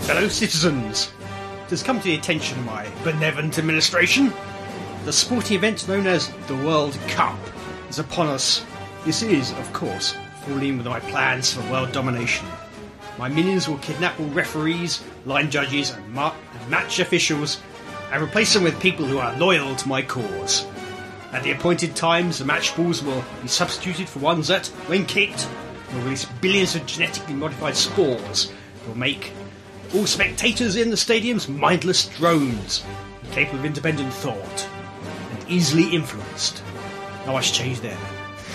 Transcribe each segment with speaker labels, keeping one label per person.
Speaker 1: Fellow citizens, it has come to the attention of my benevolent administration. The sporting event known as the World Cup is upon us. This is, of course, falling with my plans for world domination. My minions will kidnap all referees, line judges, and, ma- and match officials and replace them with people who are loyal to my cause. At the appointed times, the match balls will be substituted for ones that, when kicked, will release billions of genetically modified spores that will make all spectators in the stadiums mindless drones, capable of independent thought and easily influenced. Not much change there.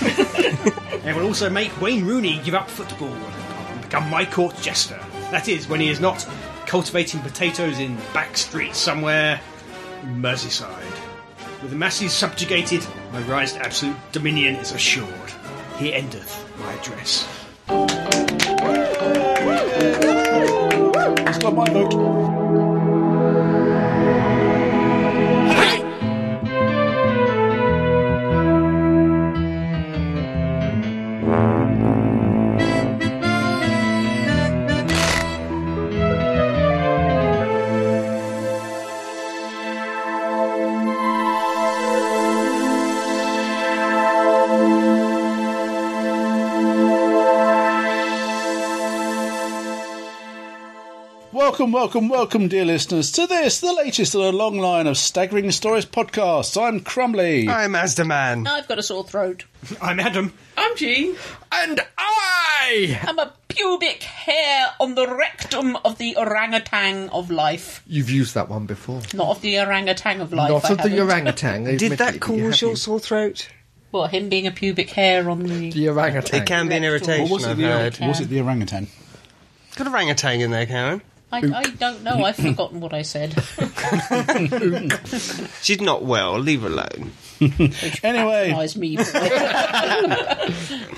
Speaker 1: It will also make Wayne Rooney give up football and become my court jester. That is, when he is not cultivating potatoes in back streets somewhere in Merseyside. With the masses subjugated, my rise to absolute dominion is assured. Here endeth my address.
Speaker 2: It's got my vote. Welcome, welcome, welcome, dear listeners, to this, the latest in a long line of staggering stories podcasts. I'm Crumbly.
Speaker 3: I'm Asda Man.
Speaker 4: I've got a sore throat.
Speaker 1: I'm Adam.
Speaker 4: I'm Jean.
Speaker 3: And I!
Speaker 4: I'm a pubic hair on the rectum of the orangutan of life.
Speaker 5: You've used that one before.
Speaker 4: Not of the orangutan of life.
Speaker 5: Not
Speaker 4: I
Speaker 5: of the
Speaker 4: haven't.
Speaker 5: orangutan.
Speaker 3: Did
Speaker 5: admittedly,
Speaker 3: that
Speaker 5: but you
Speaker 3: cause
Speaker 5: have
Speaker 3: your
Speaker 5: used
Speaker 3: sore throat?
Speaker 4: What, him being a pubic hair on the.
Speaker 5: The orangutan.
Speaker 3: It can be an irritation,
Speaker 4: What
Speaker 2: Was it,
Speaker 3: I've
Speaker 2: the,
Speaker 3: heard.
Speaker 2: was it the orangutan?
Speaker 3: Got orangutan in there, Karen.
Speaker 4: I, I don't know, I've forgotten what I said.
Speaker 3: She's not well, leave her alone.
Speaker 2: Anyway,
Speaker 4: Eyes me. for it.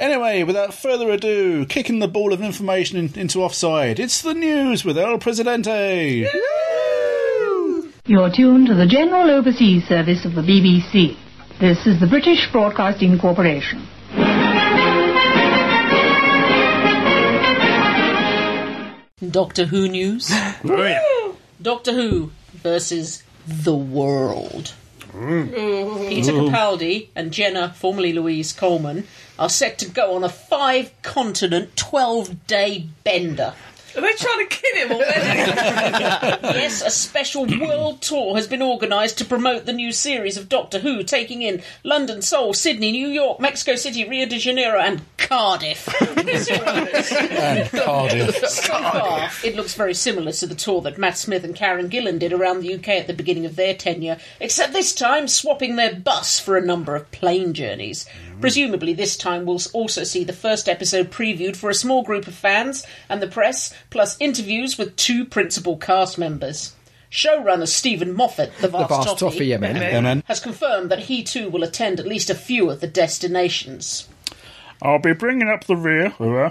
Speaker 2: anyway, without further ado, kicking the ball of information in, into offside. It's the news with El Presidente.
Speaker 6: You're tuned to the General Overseas Service of the BBC. This is the British Broadcasting Corporation.
Speaker 4: Doctor Who news.
Speaker 1: Oh, yeah.
Speaker 4: Doctor Who versus the world. Peter Capaldi and Jenna, formerly Louise Coleman, are set to go on a five continent, 12 day bender.
Speaker 7: Are they trying to kid him already?
Speaker 4: Yes, a special world tour has been organised to promote the new series of Doctor Who, taking in London, Seoul, Sydney, New York, Mexico City, Rio de Janeiro, and Cardiff.
Speaker 2: And Cardiff.
Speaker 4: So far, it looks very similar to the tour that Matt Smith and Karen Gillan did around the UK at the beginning of their tenure, except this time swapping their bus for a number of plane journeys. Presumably, this time we'll also see the first episode previewed for a small group of fans and the press, plus interviews with two principal cast members. Showrunner Stephen Moffat, the
Speaker 5: The
Speaker 4: vast,
Speaker 5: vast
Speaker 4: toffee,
Speaker 5: toffee, I meant.
Speaker 2: Amen.
Speaker 4: has confirmed that he too will attend at least a few of the destinations.
Speaker 2: I'll be bringing up the rear uh,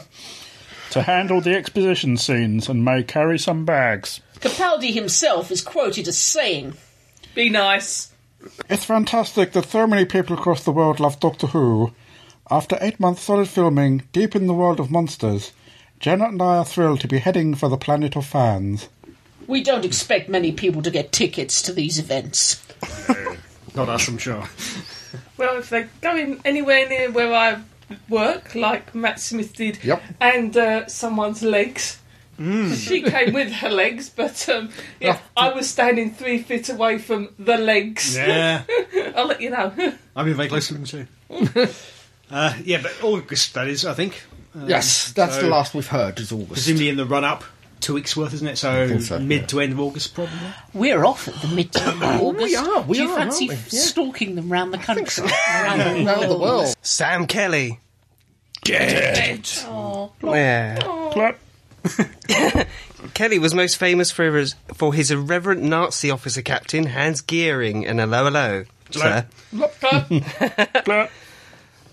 Speaker 2: to handle the exposition scenes and may carry some bags.
Speaker 4: Capaldi himself is quoted as saying,
Speaker 7: Be nice.
Speaker 8: It's fantastic that so many people across the world love Doctor Who. After eight months solid filming, deep in the world of monsters, Jenna and I are thrilled to be heading for the planet of fans.
Speaker 4: We don't expect many people to get tickets to these events.
Speaker 1: Not us, I'm sure.
Speaker 7: Well, if they're going anywhere near where I work, like Matt Smith did,
Speaker 5: Yep. Mm.
Speaker 7: and uh, someone's legs. She came with her legs, but um, yeah, I was standing three feet away from the legs.
Speaker 1: Yeah.
Speaker 7: I'll let you know.
Speaker 1: I've been very close to them too. Uh, yeah, but August, that is, I think. Um,
Speaker 5: Yes, that's
Speaker 1: so
Speaker 5: the last we've heard, is August.
Speaker 1: Presumably in the run up, two weeks worth, isn't it? So,
Speaker 5: think so,
Speaker 1: mid
Speaker 5: yeah.
Speaker 1: to end of August, probably.
Speaker 4: We're off at the mid of August.
Speaker 5: are, we
Speaker 4: Do you
Speaker 5: are,
Speaker 4: fancy
Speaker 5: aren't we? Yeah.
Speaker 4: stalking them round the country? Round the
Speaker 5: Around the world.
Speaker 3: Sam Kelly.
Speaker 4: Oh,
Speaker 3: Yeah. Kelly was most famous for his, for his irreverent Nazi officer captain, Hans Geering, in Hello Hello, sir.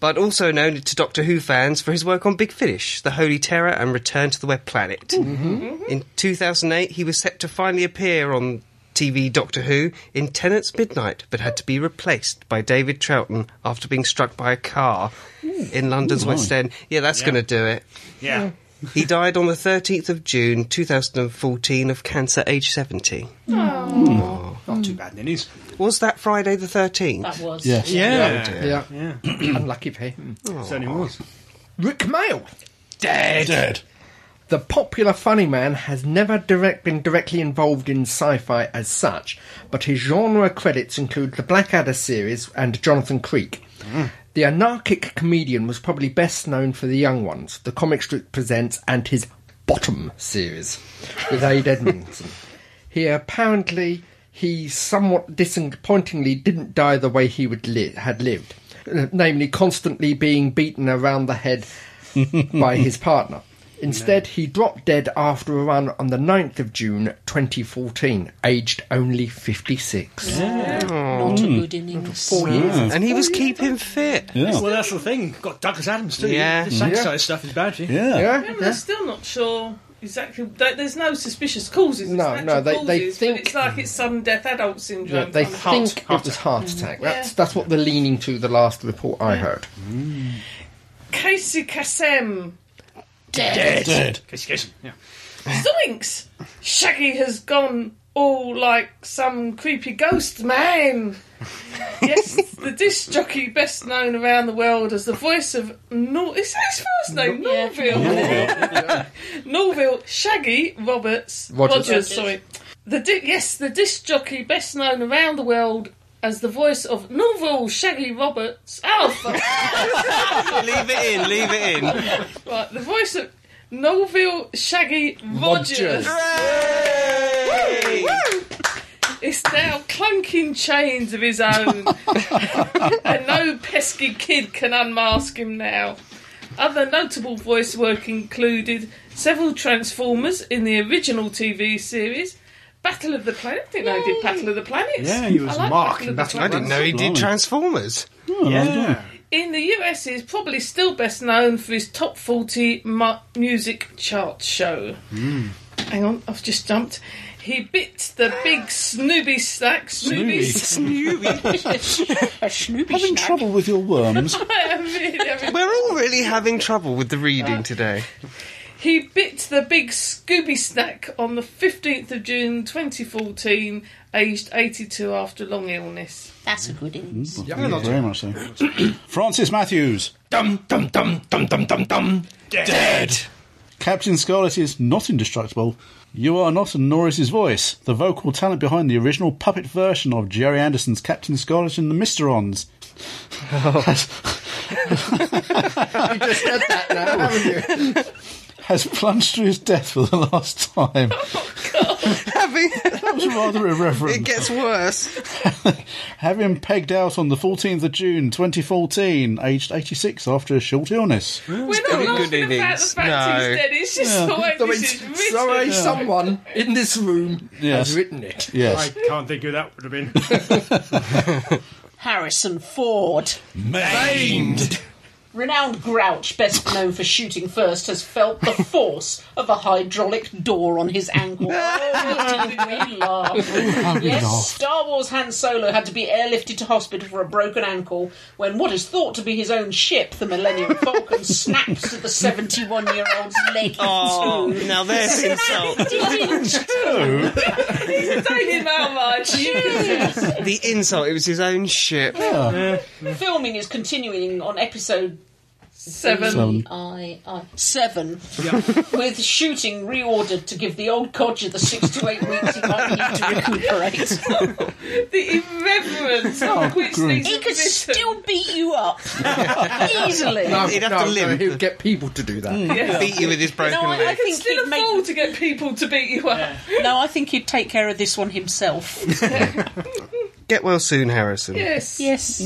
Speaker 3: But also known to Doctor Who fans for his work on Big Finish, The Holy Terror, and Return to the Web Planet. In 2008, he was set to finally appear on TV Doctor Who in Tennant's Midnight, but had to be replaced by David Troughton after being struck by a car in London's West End. Yeah, that's going to do it.
Speaker 1: Yeah.
Speaker 3: He died on the 13th of June 2014 of cancer, age 70.
Speaker 1: Not too bad, Ninnies.
Speaker 3: Was that Friday the 13th?
Speaker 4: That was.
Speaker 2: Yes.
Speaker 1: Yeah.
Speaker 5: Yeah. Oh, Unlucky for
Speaker 3: Hmm.
Speaker 5: him.
Speaker 1: Certainly was.
Speaker 5: Rick Mail. Dead.
Speaker 2: Dead.
Speaker 5: The popular funny man has never direct, been directly involved in sci fi as such, but his genre credits include the Blackadder series and Jonathan Creek. The anarchic comedian was probably best known for The Young Ones, the comic strip presents, and his Bottom series with Aid Edmondson. He apparently he somewhat disappointingly didn't die the way he would li- had lived, uh, namely constantly being beaten around the head by his partner. Instead, he dropped dead after a run on the 9th of June 2014, aged only 56.
Speaker 4: Mm. Not a good innings.
Speaker 3: And he was keeping fit.
Speaker 1: Well, that's the thing. Got Douglas Adams too.
Speaker 3: Yeah.
Speaker 1: The sack size stuff is bad for you.
Speaker 7: Yeah,
Speaker 2: Yeah.
Speaker 5: Yeah?
Speaker 7: but I'm still not sure exactly. there- There's no suspicious causes. It's
Speaker 5: No, no,
Speaker 7: natural
Speaker 5: they- they
Speaker 7: causes,
Speaker 5: think-
Speaker 7: But it's like it's sudden death adult syndrome.
Speaker 5: They
Speaker 7: kind of-
Speaker 1: Heart-
Speaker 5: think
Speaker 1: heart
Speaker 5: it was heart attack. That's, that's what they're leaning to, the last report I heard.
Speaker 7: Casey Kasem.
Speaker 2: Dead.
Speaker 1: Case, case. Yeah.
Speaker 7: Zoinks! Shaggy has gone all like some creepy ghost man. yes, the disc jockey best known around the world as the voice of Nor. Is that his first name? Norville. Norville Shaggy Roberts
Speaker 5: Rogers.
Speaker 7: Rogers. sorry. The di- yes, the disc jockey best known around the world as the voice of Norville Shaggy Roberts. Oh, Alpha.
Speaker 3: leave it in, leave it in.
Speaker 7: Right, the voice of Norville Shaggy Rogers.
Speaker 5: Rogers.
Speaker 7: Is now clunking chains of his own, and no pesky kid can unmask him now. Other notable voice work included several Transformers in the original TV series, Battle of the Planet. I think they did Battle of the Planets.
Speaker 1: Yeah, he was
Speaker 7: I like
Speaker 1: Mark
Speaker 7: Battle
Speaker 1: in
Speaker 7: of the
Speaker 1: Battle
Speaker 3: I
Speaker 1: of
Speaker 3: didn't
Speaker 7: Planets.
Speaker 3: know he did
Speaker 2: Blimey.
Speaker 3: Transformers.
Speaker 1: Yeah.
Speaker 7: In the US, he is probably still best known for his top 40 mu- music chart show.
Speaker 1: Hmm.
Speaker 7: Hang on, I've just jumped. He bit the big Snoopy stack. Snoopy
Speaker 4: A Snoopy
Speaker 2: Having
Speaker 4: snack.
Speaker 2: trouble with your worms.
Speaker 7: stack.
Speaker 3: We're all really having trouble with the reading today.
Speaker 7: he bit the big Scooby snack on the 15th of June 2014, aged 82 after long illness.
Speaker 4: That's a good innings.
Speaker 2: Thank you very much so. Francis Matthews.
Speaker 5: Dum, dum, dum, dum, dum, dum, dum.
Speaker 2: Dead. Captain Scarlet is not indestructible. You are not, and nor is his voice. The vocal talent behind the original puppet version of Jerry Anderson's Captain Scarlet and the Mysterons.
Speaker 3: Oh.
Speaker 5: You just said that now, haven't you?
Speaker 2: Has plunged to his death for the last time.
Speaker 3: Having
Speaker 2: That was rather irreverent.
Speaker 3: it gets worse.
Speaker 2: Have him pegged out on the 14th of June 2014, aged 86 after a short illness.
Speaker 7: We're not
Speaker 3: going
Speaker 7: laughing
Speaker 3: good
Speaker 7: about the
Speaker 3: innings.
Speaker 7: fact
Speaker 3: No.
Speaker 7: he's dead, it's just the way
Speaker 5: So
Speaker 7: this is written.
Speaker 5: it's, sorry, someone in this room
Speaker 2: Yes.
Speaker 5: has written it.
Speaker 1: I
Speaker 2: Yes.
Speaker 1: can't think who that would have been.
Speaker 4: Harrison Ford.
Speaker 2: Maimed!
Speaker 4: Renowned grouch, best known for shooting first, has felt the force of a hydraulic door on his ankle. Oh, did we laugh? Yes, Star Wars Han Solo had to be airlifted to hospital for a broken ankle when what is thought to be his own ship, the Millennium Falcon, snaps at the 71 year old's leg.
Speaker 3: Oh, now there's insult.
Speaker 7: Daily Mail, Marge.
Speaker 3: The insult, it was his own ship.
Speaker 4: Filming is continuing on episode
Speaker 7: Seven.
Speaker 4: E I, I, seven, with shooting reordered to give the old codger the six to eight weeks he might need to recuperate.
Speaker 7: the irreverence of which these
Speaker 4: he
Speaker 7: are
Speaker 4: could
Speaker 7: written.
Speaker 4: still beat you up easily.
Speaker 5: No,
Speaker 3: He'd have
Speaker 5: no,
Speaker 3: to limp.
Speaker 5: No, he'd get people to do that.
Speaker 3: Beat you with his broken
Speaker 4: No, I-
Speaker 3: leg.
Speaker 4: I think
Speaker 7: still
Speaker 4: he'd
Speaker 7: a
Speaker 4: make-
Speaker 7: fool to get people to beat you up.
Speaker 4: No, I think he'd take care of this one himself.
Speaker 3: Get well soon, Harrison.
Speaker 7: Yes.
Speaker 4: Yes.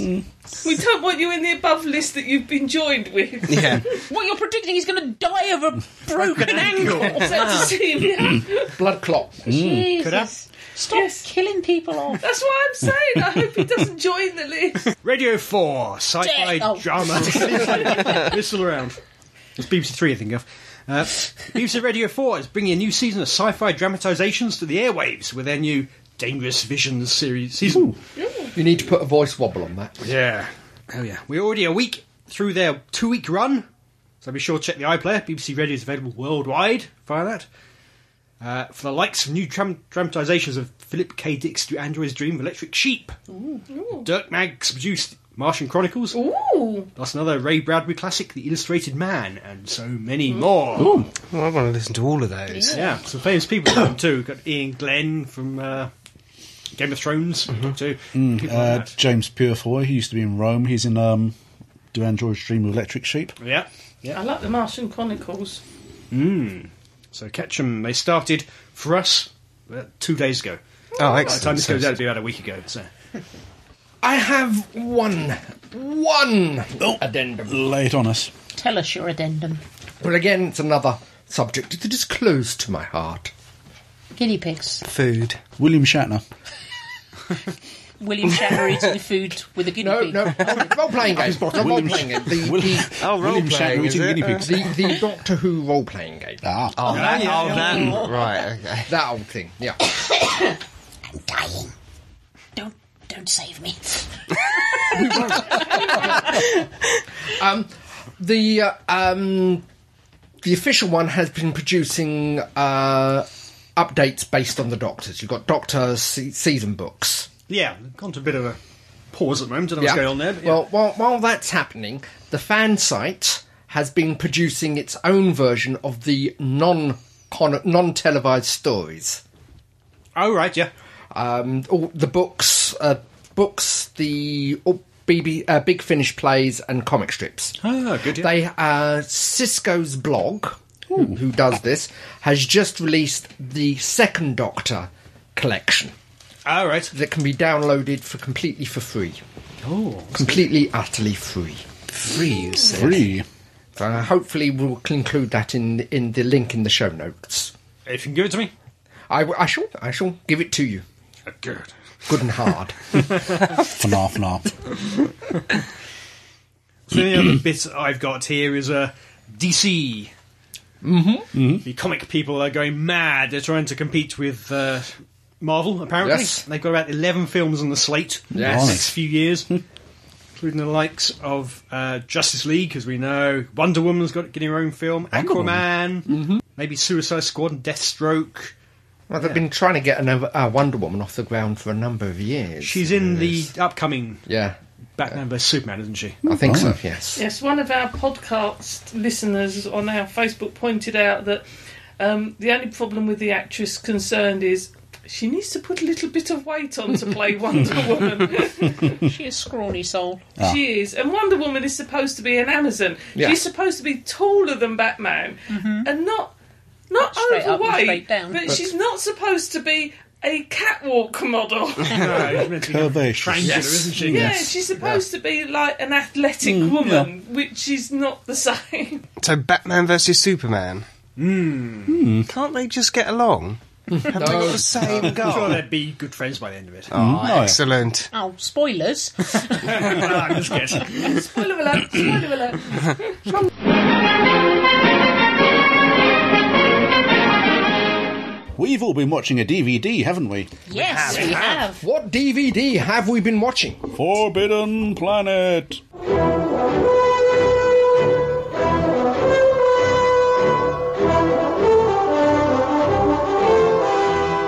Speaker 7: We don't want you in the above list that you've been joined with.
Speaker 3: Yeah.
Speaker 4: What you're predicting, he's going to die of a broken ankle. Ah.
Speaker 7: So to see him, yeah.
Speaker 5: Blood clot.
Speaker 4: Mm.
Speaker 1: Could have.
Speaker 4: Stop
Speaker 7: Yes.
Speaker 4: killing people off.
Speaker 7: That's what I'm saying. I hope he doesn't join the list.
Speaker 1: Radio 4, sci fi
Speaker 4: Dead. Oh.
Speaker 1: drama. Whistle around. It's BBC Three, I think of. Uh, BBC Radio 4 is bringing a new season of sci fi dramatisations to the airwaves with their new Dangerous Visions series season.
Speaker 5: You need to put a voice wobble on that.
Speaker 1: Yeah. Oh, yeah. We're already a week through their two week run, So be sure to check the iPlayer. BBC Radio is available worldwide via that. Uh, for the likes of new dram- dramatisations of Philip K. Dick's To Android's Dream of Electric Sheep, Dirk Maggs produced Martian Chronicles,
Speaker 7: Ooh,
Speaker 1: that's another Ray Bradbury classic, The Illustrated Man, and so many more.
Speaker 3: Well, I want to listen to all of those.
Speaker 1: Yeah, some famous people in them too. We've got Ian Glenn from uh, Game of Thrones, too. People like
Speaker 2: Uh,
Speaker 1: that.
Speaker 2: James Purefoy, he used to be in Rome. He's in um, Do Androids Dream of Electric Sheep?
Speaker 1: Yeah.
Speaker 7: I like the Martian Chronicles.
Speaker 1: So catch 'em. They started for us uh, two days ago.
Speaker 3: Oh,
Speaker 1: By the time
Speaker 3: excellent.
Speaker 1: this goes out, it'll be about a week ago. So
Speaker 5: I have one, one addendum.
Speaker 2: Lay it on us.
Speaker 4: Tell us your addendum.
Speaker 5: But again, it's another subject that is close to my heart.
Speaker 4: Guinea pigs.
Speaker 3: Food.
Speaker 2: William Shatner.
Speaker 4: William Shatner eating food with a guinea
Speaker 5: No,
Speaker 4: pig.
Speaker 5: no, role playing game. Not role
Speaker 2: William-
Speaker 5: playing game. The, the,
Speaker 3: Oh, role
Speaker 2: William
Speaker 3: playing,
Speaker 2: Shatner
Speaker 3: is
Speaker 2: eating
Speaker 3: it?
Speaker 2: guinea pigs.
Speaker 5: the, the Doctor Who role playing game.
Speaker 2: Ah,
Speaker 3: Oh, that, oh, that. Right, okay.
Speaker 5: That old thing, yeah.
Speaker 4: Dying. Don't don't save me.
Speaker 5: The uh, um, the official one has been producing uh, updates based on the Doctors. You've got Doctor se- season books.
Speaker 1: yeah, gone to a bit of a pause at the moment. I don't know what's going on there. But yeah.
Speaker 5: Well, while, while that's happening, the fan site has been producing its own version of the non non televised stories.
Speaker 1: oh right, yeah.
Speaker 5: um, all the books, uh, books, the all BB, uh, Big Finish plays and comic strips.
Speaker 1: Oh, good. Yeah.
Speaker 5: They uh, Cisco's blog, who, who does this, has just released the Second Doctor collection
Speaker 1: All right.
Speaker 5: that can be downloaded for completely for free,
Speaker 1: Oh,
Speaker 5: completely utterly free.
Speaker 3: Free, you said.
Speaker 2: free.
Speaker 5: Uh, hopefully, we'll include that in in the link in the show notes.
Speaker 1: if you can give it to me.
Speaker 5: I, w- I shall I shall give it to you,
Speaker 1: Oh, good.
Speaker 5: good and hard.
Speaker 3: Uh.
Speaker 2: Fnarf, fnarf.
Speaker 1: So the other bit I've got here is uh, DC. Mm-hmm. The comic people are going mad. They're trying to compete with uh, Marvel. Apparently,
Speaker 5: Yes.
Speaker 1: they've got about eleven films on the slate
Speaker 5: Yes.
Speaker 1: in the next few years, including the likes of uh, Justice League, as we know. Wonder Woman's got getting her own film. Aquaman, maybe Suicide Squad and Deathstroke.
Speaker 5: well, they've been trying to get another uh, Wonder Woman off the ground for a number of years.
Speaker 1: She's in the upcoming
Speaker 5: yeah.
Speaker 1: Batman vs Superman, isn't she?
Speaker 5: I think so.
Speaker 2: Right.
Speaker 5: Yes.
Speaker 7: Yes, one of our podcast listeners on our Facebook pointed out that um, the only problem with the actress concerned is she needs to put a little bit of weight on to play Wonder Woman.
Speaker 4: She is scrawny soul.
Speaker 7: she is, and Wonder Woman is supposed to be an Amazon.
Speaker 5: Yeah.
Speaker 7: She's supposed to be taller than Batman, and not not
Speaker 4: Mm-hmm. Straight up and
Speaker 7: overweight,
Speaker 4: straight down.
Speaker 7: but she's not supposed to be a catwalk model.
Speaker 1: no, she's meant to be
Speaker 2: Curvaceous.
Speaker 1: triangular,
Speaker 2: Yes.
Speaker 1: isn't she?
Speaker 7: Yeah, Mm,
Speaker 2: Yes.
Speaker 7: she's supposed to be like an athletic woman, which is not the same.
Speaker 3: So Batman versus Superman. Hmm. Can't they just get along?
Speaker 2: Hmm.
Speaker 3: Have they got the
Speaker 2: Oh,
Speaker 3: same
Speaker 1: I'm sure
Speaker 3: goal?
Speaker 1: they'd be good friends by the end of it.
Speaker 3: Oh,
Speaker 2: yeah.
Speaker 3: excellent.
Speaker 4: Oh, spoilers.
Speaker 1: I'm just guessing.
Speaker 7: Spoiler alert! Spoiler alert!
Speaker 2: We've all been watching a DVD, haven't we?
Speaker 4: yes, we have.
Speaker 5: What DVD have we been watching?
Speaker 2: Forbidden Planet.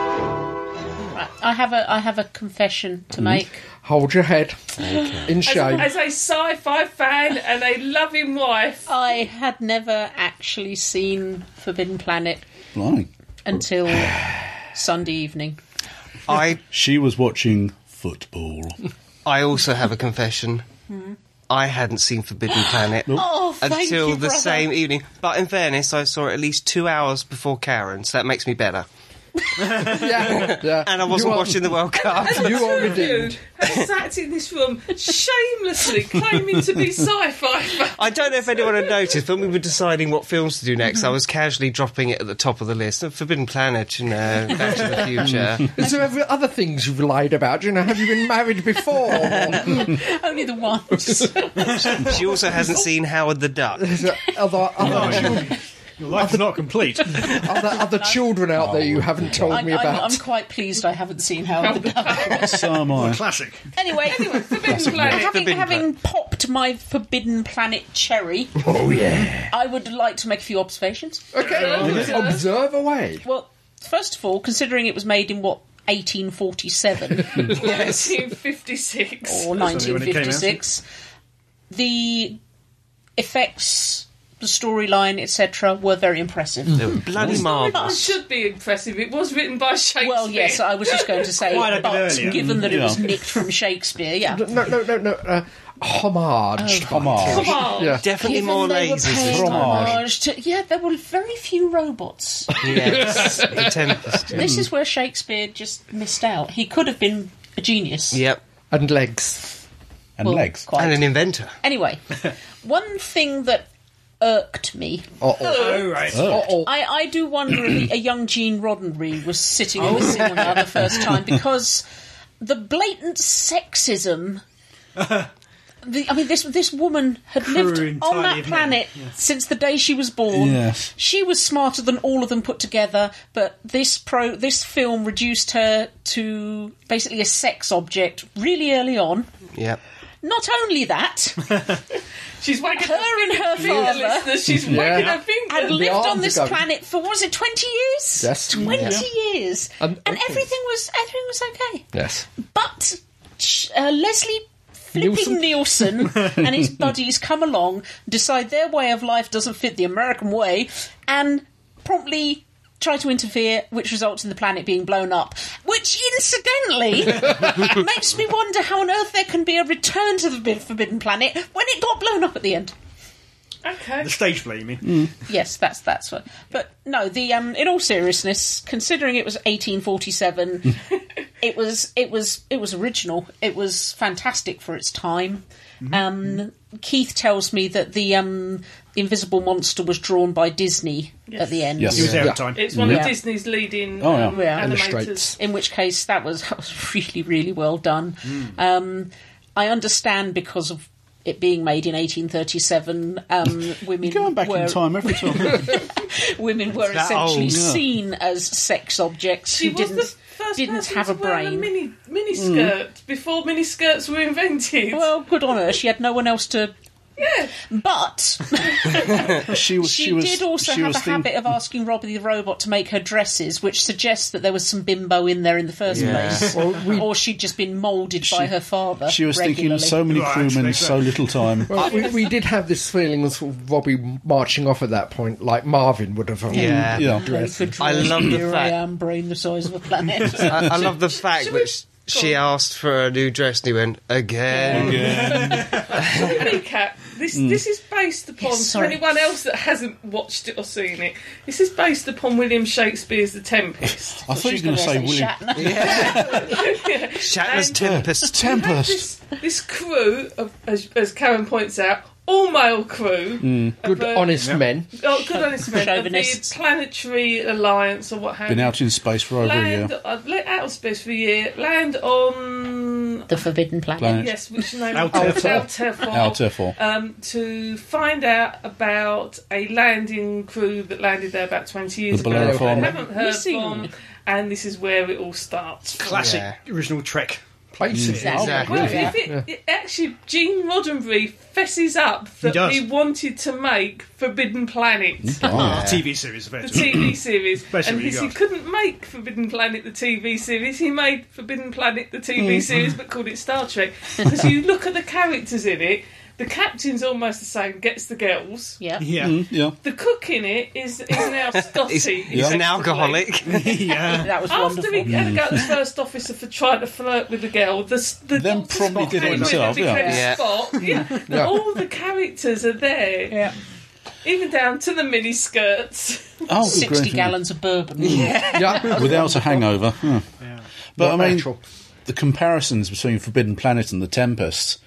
Speaker 4: Right, I have a I have a confession to make.
Speaker 5: Hold your head. In
Speaker 7: As,
Speaker 5: shame.
Speaker 7: as a sci-fi fan and a loving wife,
Speaker 4: I had never actually seen Forbidden Planet
Speaker 2: Blimey.
Speaker 4: until Sunday evening.
Speaker 3: I
Speaker 2: She was watching football.
Speaker 3: I also have a confession. I hadn't seen Forbidden Planet
Speaker 4: Hmm. Oh, thank
Speaker 3: until
Speaker 4: you,
Speaker 3: the
Speaker 4: brother.
Speaker 3: same evening. But in fairness, I saw it at least two hours before Karen, so that makes me better.
Speaker 5: yeah, yeah.
Speaker 3: And I wasn't
Speaker 5: You are-
Speaker 3: watching the World Cup.
Speaker 5: You are redeemed.
Speaker 7: dude, has sat in this room shamelessly claiming to be sci-fi fan.
Speaker 3: I don't know if anyone had noticed, but we were deciding what films to do next. I
Speaker 4: Mm-hmm.
Speaker 3: was casually dropping it at the top of the list. And Forbidden Planet, you know, Back to the Future.
Speaker 5: Is there ever other things you've lied about? You know, have you been married before? Or
Speaker 4: Only the ones.
Speaker 3: she also hasn't seen Howard the Duck.
Speaker 5: other, other
Speaker 1: Oh, Your life is not complete.
Speaker 5: Are there other children out there you haven't told
Speaker 4: I'm,
Speaker 5: me
Speaker 4: I'm,
Speaker 5: about?
Speaker 4: I'm quite pleased I haven't seen Howard the Duck.
Speaker 2: So am I.
Speaker 1: Classic.
Speaker 4: Anyway, anyway
Speaker 7: Forbidden Planet.
Speaker 4: having,
Speaker 3: Forbidden
Speaker 4: having popped my Forbidden Planet cherry,
Speaker 5: oh yeah.
Speaker 4: I would like to make a few observations.
Speaker 5: Okay. Observe away.
Speaker 4: Well, first of all, considering it was made in what 1847
Speaker 3: Yes.
Speaker 7: 1956.
Speaker 4: or
Speaker 1: only when it came out, isn't
Speaker 4: 1956, the effects, the storyline, etc., were very impressive.
Speaker 1: Mm.
Speaker 3: Bloody
Speaker 7: That
Speaker 3: marvellous.
Speaker 7: should be impressive. It was written by Shakespeare.
Speaker 4: Well, yes, I was just going to say,
Speaker 1: Quite a bit
Speaker 4: but
Speaker 1: earlier.
Speaker 4: given that it was
Speaker 2: Yeah.
Speaker 4: nicked from Shakespeare, yeah.
Speaker 5: No, no, no, no. Uh, homage.
Speaker 2: Homage.
Speaker 7: Come on.
Speaker 5: Yeah.
Speaker 3: Definitely
Speaker 4: Given
Speaker 3: more
Speaker 4: they were
Speaker 3: lasers this
Speaker 4: paying
Speaker 2: Fromage.
Speaker 3: time.
Speaker 4: homage to- yeah, there were very few robots.
Speaker 3: Yes. the Tempest.
Speaker 4: this is where Shakespeare just missed out. He could have been a genius.
Speaker 3: Yep.
Speaker 5: And legs.
Speaker 2: And
Speaker 4: Well,
Speaker 2: legs.
Speaker 4: quite.
Speaker 3: And an inventor.
Speaker 4: Anyway, one thing that irked me.
Speaker 5: Uh-oh.
Speaker 1: Oh, right.
Speaker 5: Uh-oh.
Speaker 4: I, I do wonder if a young Gene Roddenberry was sitting in the cinema the first time because the blatant sexism. The, I mean, this this woman had lived on
Speaker 1: entirely
Speaker 4: that
Speaker 1: of men,
Speaker 4: planet since the day she was born.
Speaker 2: Yes.
Speaker 4: She was smarter than all of them put together, but this pro this film reduced her to basically a sex object really early on.
Speaker 3: Yep.
Speaker 4: Not only that,
Speaker 7: She's wagging her,
Speaker 4: her and her
Speaker 7: finger,
Speaker 4: father
Speaker 7: listeners. She's wagging her finger.
Speaker 4: had lived on
Speaker 5: arms
Speaker 4: this
Speaker 5: are going.
Speaker 4: planet for was it twenty years?
Speaker 5: Yes.
Speaker 4: twenty years,
Speaker 5: Um,
Speaker 4: and
Speaker 5: okay.
Speaker 4: everything was everything was okay.
Speaker 5: Yes.
Speaker 4: But sh- uh, Leslie flipping Nielsen and his buddies come along, decide their way of life doesn't fit the American way, and promptly try to interfere, which results in the planet being blown up. Which, incidentally, makes me wonder how on earth there can be a return to the Forbid- Forbidden Planet when it got blown up at the end.
Speaker 7: Okay.
Speaker 1: The stage play, you mean?
Speaker 4: Yes, that's that's what. But no, the um, in all seriousness, considering it was 1847, it was it was it was original. It was fantastic for its time. Um, Keith tells me that the um, Invisible Monster was drawn by Disney at the end.
Speaker 2: Yes.
Speaker 1: He was there
Speaker 5: Yeah.
Speaker 1: at the time.
Speaker 7: It's one
Speaker 4: Yeah.
Speaker 7: of Disney's leading
Speaker 2: Oh, yeah.
Speaker 7: um,
Speaker 4: Yeah.
Speaker 7: animators.
Speaker 4: In which case, that was that was really really well done. Um, I understand because of it being made in 1837, um, women
Speaker 2: Going back
Speaker 4: were
Speaker 2: in time every time.
Speaker 4: women were
Speaker 3: that
Speaker 4: essentially
Speaker 3: old,
Speaker 2: yeah.
Speaker 4: seen as sex objects
Speaker 7: She
Speaker 4: who
Speaker 7: was
Speaker 4: didn't
Speaker 7: the first
Speaker 4: didn't
Speaker 7: person
Speaker 4: have
Speaker 7: to
Speaker 4: a
Speaker 7: wear
Speaker 4: brain.
Speaker 7: mini mini skirt before mini skirts were invented.
Speaker 4: well, good on her. She had no one else to.
Speaker 7: yeah.
Speaker 4: But
Speaker 2: she was.
Speaker 4: she,
Speaker 2: She, was.
Speaker 4: did also
Speaker 2: she
Speaker 4: have
Speaker 2: was
Speaker 4: a
Speaker 2: thin-
Speaker 4: habit of asking Robbie the robot to make her dresses, which suggests that there was some bimbo in there in the first
Speaker 3: Yeah.
Speaker 4: place,
Speaker 5: Well, we-
Speaker 4: or she'd just been moulded by her father.
Speaker 2: She was thinking
Speaker 4: regularly.
Speaker 2: so many
Speaker 1: Right,
Speaker 2: crewmen,
Speaker 1: actually,
Speaker 2: so little time.
Speaker 5: Well, we, we did have this feeling of, sort of Robbie marching off at that point, like Marvin would have. um,
Speaker 3: Yeah.
Speaker 2: Yeah.
Speaker 4: They could draw
Speaker 3: I love the
Speaker 4: here I
Speaker 3: fact-
Speaker 4: am, brain the size of a planet.
Speaker 3: I, I love the fact which she asked for a new dress and he went, again.
Speaker 7: recap. This
Speaker 2: Hmm.
Speaker 7: this is based upon
Speaker 4: Yes,
Speaker 7: for
Speaker 4: sorry.
Speaker 7: anyone else that hasn't watched it or seen it. This is based upon William Shakespeare's The Tempest.
Speaker 2: I thought you
Speaker 4: She's
Speaker 2: were going to say
Speaker 4: gonna
Speaker 2: William.
Speaker 4: Shatner.
Speaker 3: Shatner's
Speaker 7: And-
Speaker 3: Tempest.
Speaker 2: Tempest.
Speaker 7: This this crew, of, as, as Karen points out, all male crew,
Speaker 2: Hmm.
Speaker 7: of,
Speaker 5: Good,
Speaker 7: uh,
Speaker 5: honest men.
Speaker 7: oh, good honest men, of the
Speaker 4: Chauvinists.
Speaker 7: Planetary Alliance or what have
Speaker 2: Been
Speaker 7: you.
Speaker 2: out in space for over a
Speaker 7: Land,
Speaker 2: year.
Speaker 7: I've let out of space for a year. Land on
Speaker 4: The Forbidden Planet.
Speaker 2: Planet.
Speaker 7: yes, which name?
Speaker 1: Altefort.
Speaker 7: Altefort.
Speaker 2: Altefort.
Speaker 7: Um, to find out about a landing crew that landed there about 20 years
Speaker 2: The
Speaker 7: ago.
Speaker 2: Bellerophon.
Speaker 7: I haven't heard
Speaker 4: Missing.
Speaker 7: from, and this is where it all starts.
Speaker 1: Classic
Speaker 3: Yeah.
Speaker 1: original Trek.
Speaker 5: Places.
Speaker 2: Oh,
Speaker 3: Exactly.
Speaker 7: Well, if it, it actually, Gene Roddenberry fesses up that
Speaker 1: does.
Speaker 7: he, wanted to make Forbidden Planet,
Speaker 1: A TV series,
Speaker 7: the
Speaker 1: effectively.
Speaker 7: TV series, and
Speaker 1: Basically,
Speaker 7: because
Speaker 1: you
Speaker 7: he
Speaker 1: got.
Speaker 7: couldn't make Forbidden Planet the TV series, he made Forbidden Planet the TV series, but called it Star Trek. Because you look at the characters in it, the captain's almost the same, gets the girls.
Speaker 4: Yeah.
Speaker 1: Yeah.
Speaker 2: Mm, Yeah.
Speaker 7: The cook in it is is now
Speaker 3: He's,
Speaker 7: Scotty.
Speaker 3: he's an
Speaker 7: effectively.
Speaker 3: alcoholic.
Speaker 1: yeah.
Speaker 4: That was
Speaker 7: After
Speaker 4: wonderful.
Speaker 7: he had a go at the first officer for trying to flirt with the girl, the, s- the
Speaker 2: Then
Speaker 7: doctor
Speaker 2: promptly
Speaker 7: Spock
Speaker 2: did it
Speaker 7: came in
Speaker 2: himself,
Speaker 7: and
Speaker 2: yeah.
Speaker 7: became
Speaker 3: Yeah.
Speaker 7: Spock. Yeah. All the characters are there,
Speaker 4: Yeah.
Speaker 7: even down to the mini skirts.
Speaker 2: Oh, good
Speaker 4: 60
Speaker 2: grief, yeah.
Speaker 4: gallons of bourbon.
Speaker 5: Yeah.
Speaker 2: Without a hangover. yeah. But
Speaker 5: Not
Speaker 2: I mean,
Speaker 5: natural.
Speaker 2: the comparisons between Forbidden Planet and The Tempest.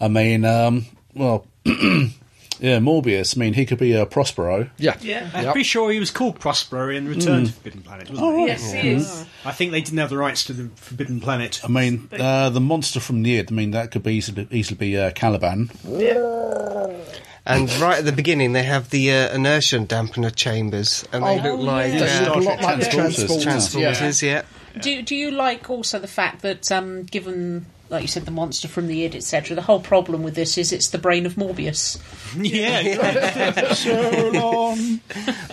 Speaker 2: I mean, um, well, yeah, Morbius. I mean, he could be a Prospero.
Speaker 5: Yeah.
Speaker 7: Yeah.
Speaker 1: I'm
Speaker 5: Yep.
Speaker 1: pretty sure he was called Prospero in Return to Forbidden Planet, wasn't he?
Speaker 7: Yes, he is.
Speaker 1: I think they didn't have the rights to the Forbidden Planet.
Speaker 2: I mean, uh, the monster from Nid. I mean, that could be easily, easily be uh, Caliban.
Speaker 3: And right at the beginning, they have the uh, inertia dampener chambers, and they
Speaker 5: Oh,
Speaker 3: look like
Speaker 5: They
Speaker 3: uh,
Speaker 5: look a lot like the
Speaker 2: Transporters.
Speaker 5: Transporters.
Speaker 3: Transformers. Yeah.
Speaker 4: Do do you like also the fact that um, given like you said the monster from the id etc. The whole problem with this is it's the brain of Morbius.
Speaker 1: yeah,
Speaker 2: So long.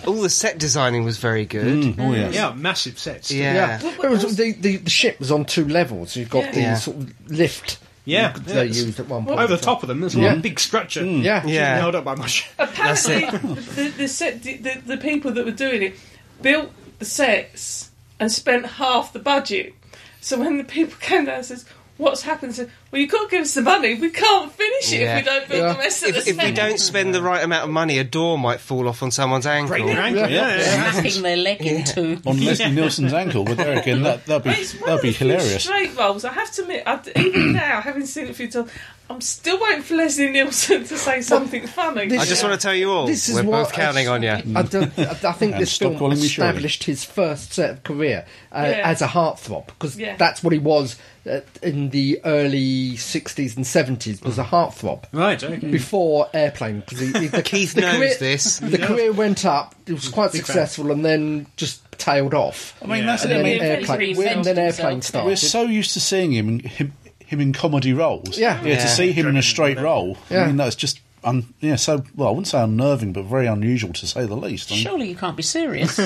Speaker 3: All the set designing was very good.
Speaker 2: Oh, yes.
Speaker 1: yeah, massive sets.
Speaker 3: Yeah.
Speaker 5: Yeah, it was, the, the the ship was on two levels. You've got the
Speaker 3: Yeah.
Speaker 5: sort of lift.
Speaker 1: Yeah,
Speaker 5: that they
Speaker 1: yes.
Speaker 5: used at one point.
Speaker 1: Over the top of them, there's
Speaker 5: Yeah. Mm.
Speaker 1: one big structure.
Speaker 5: Yeah,
Speaker 3: Yeah.
Speaker 1: Held up by much.
Speaker 3: That's
Speaker 7: Apparently, the, the, set, the, the, the people that were doing it built the sets and spent half the budget. So when the people came down and says, "What's happened?" They said, well, you can't give us the money. We can't finish it
Speaker 3: Yeah.
Speaker 7: if we don't build
Speaker 5: Yeah.
Speaker 7: the rest of
Speaker 3: If,
Speaker 7: the
Speaker 3: if we
Speaker 7: set.
Speaker 3: don't spend the right amount of money, a door might fall off on someone's ankle.
Speaker 1: Break their ankle. Yeah, yeah.
Speaker 4: snapping their leg in two.
Speaker 2: On Leslie Nielsen's ankle, but there again, that, that'd be,
Speaker 7: But it's one
Speaker 2: that'd
Speaker 7: of
Speaker 2: be
Speaker 7: the few
Speaker 2: hilarious.
Speaker 7: straight roles. I have to admit, I d even now, having seen it a few times, I'm still waiting for Leslie Nielsen to say something funny.
Speaker 5: this-
Speaker 3: I just want to tell you all,
Speaker 5: This is
Speaker 3: we're
Speaker 5: what
Speaker 3: both counting on you.
Speaker 5: I, don't, I I think
Speaker 2: And
Speaker 5: this
Speaker 2: stop
Speaker 5: film
Speaker 2: calling me Shirley.
Speaker 5: established his first set of career uh,
Speaker 7: Yeah.
Speaker 5: as a heartthrob because
Speaker 7: Yeah.
Speaker 5: that's what he was uh, in the early '60s and '70s was a heartthrob.
Speaker 1: Right, okay.
Speaker 5: Before airplane, because he, he- the,
Speaker 3: Keith
Speaker 5: the
Speaker 3: knows
Speaker 5: career,
Speaker 3: this.
Speaker 5: The career went up; it was quite
Speaker 1: Big fan.
Speaker 5: successful, and then just tailed off.
Speaker 2: I mean,
Speaker 1: Yeah.
Speaker 2: that's
Speaker 5: And
Speaker 2: it. I
Speaker 5: then,
Speaker 2: mean,
Speaker 4: Yeah.
Speaker 5: airplane,
Speaker 4: Reinvented
Speaker 5: and then airplane
Speaker 4: himself.
Speaker 5: started.
Speaker 2: we're so used to seeing him, him, him in comedy roles.
Speaker 5: Yeah.
Speaker 2: yeah. To see him in a straight role, I
Speaker 5: Yeah.
Speaker 2: mean, that's just un, yeah. So well, I wouldn't say unnerving, but very unusual to say the least. I mean,
Speaker 4: Surely you can't be serious.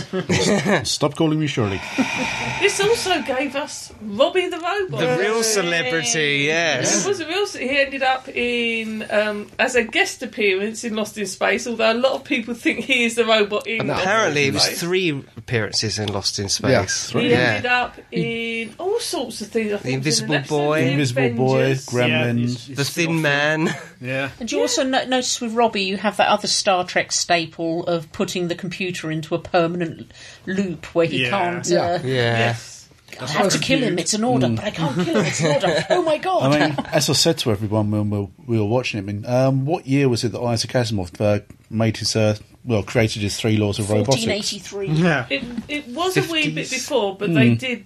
Speaker 2: Stop calling me Shirley.
Speaker 7: This also gave us Robbie the Robot.
Speaker 3: The real celebrity, yes.
Speaker 7: It was a real. He ended up in um, as a guest appearance in Lost in Space. Although a lot of people think he is the robot in. Lost in
Speaker 3: Apparently, it was
Speaker 7: Space.
Speaker 3: three appearances in Lost in Space.
Speaker 5: Yeah,
Speaker 7: He
Speaker 2: three.
Speaker 7: ended up in all sorts of things. I think it was in
Speaker 3: Invisible
Speaker 7: an episode
Speaker 3: Boy.
Speaker 7: of The
Speaker 2: Invisible Boy,
Speaker 7: Avengers.
Speaker 2: Gremlins.
Speaker 3: The Thin Man.
Speaker 1: Yeah.
Speaker 4: And you also no- notice with Robbie, you have that other Star Trek staple of putting the computer into a permanent l- loop where he
Speaker 1: Yeah.
Speaker 4: can't. Uh,
Speaker 5: Yeah. Mm.
Speaker 3: Yeah.
Speaker 7: Yes.
Speaker 4: I have to kill him. It's an order, but I can't kill him. It's an order. Oh my god!
Speaker 2: I mean, as I said to everyone when we were, we were watching it, I mean, um, what year was it that Isaac Asimov uh, made his, uh, well, created his three laws of robotics?
Speaker 4: 1483.
Speaker 1: Yeah.
Speaker 7: It, it was a wee bit
Speaker 3: 50s.
Speaker 7: before,
Speaker 2: Hmm.
Speaker 7: but they did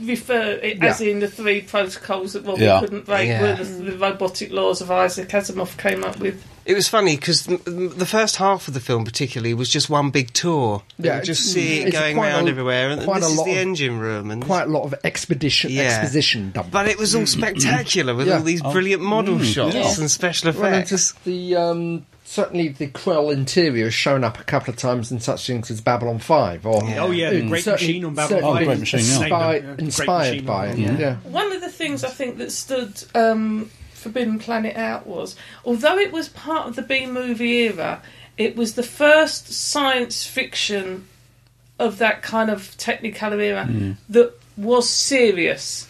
Speaker 7: refer it as in the three protocols that Robbie
Speaker 2: Yeah.
Speaker 7: couldn't break
Speaker 3: Yeah.
Speaker 7: were the, the robotic laws of Isaac Asimov came up with.
Speaker 3: It was funny because the first half of the film, particularly, was just one big tour.
Speaker 5: Yeah,
Speaker 3: Yeah, you just
Speaker 5: it's-
Speaker 3: see it
Speaker 5: it's
Speaker 3: going
Speaker 5: quite
Speaker 3: round
Speaker 5: a-
Speaker 3: everywhere, and
Speaker 5: quite
Speaker 3: this
Speaker 5: a
Speaker 3: is
Speaker 5: lot
Speaker 3: the
Speaker 5: of-
Speaker 3: engine room, and
Speaker 5: quite a lot of expedition
Speaker 3: Yeah.
Speaker 5: exposition dump.
Speaker 3: but it was all spectacular with
Speaker 5: Yeah. Oh. Mm.
Speaker 3: all these brilliant model shots
Speaker 4: yeah.
Speaker 3: and special
Speaker 5: Well, and
Speaker 3: effects.
Speaker 5: just the um, certainly the Krell interior has shown up a couple of times in such things as Babylon Five or
Speaker 1: Oh yeah, the
Speaker 5: Mm.
Speaker 1: Great
Speaker 5: Certainly-
Speaker 1: Machine on Babylon.
Speaker 5: certainly
Speaker 2: Oh, Great Machine, yeah.
Speaker 5: inspi-
Speaker 1: Named it, yeah.
Speaker 5: inspired
Speaker 1: Great Machine
Speaker 5: by it.
Speaker 1: on-
Speaker 5: Yeah.
Speaker 7: One of the things I think that stood um, Forbidden Planet out was, although it was part of the B movie era, it was the first science fiction of that kind of Technicolor era
Speaker 2: Hmm.
Speaker 7: that was serious.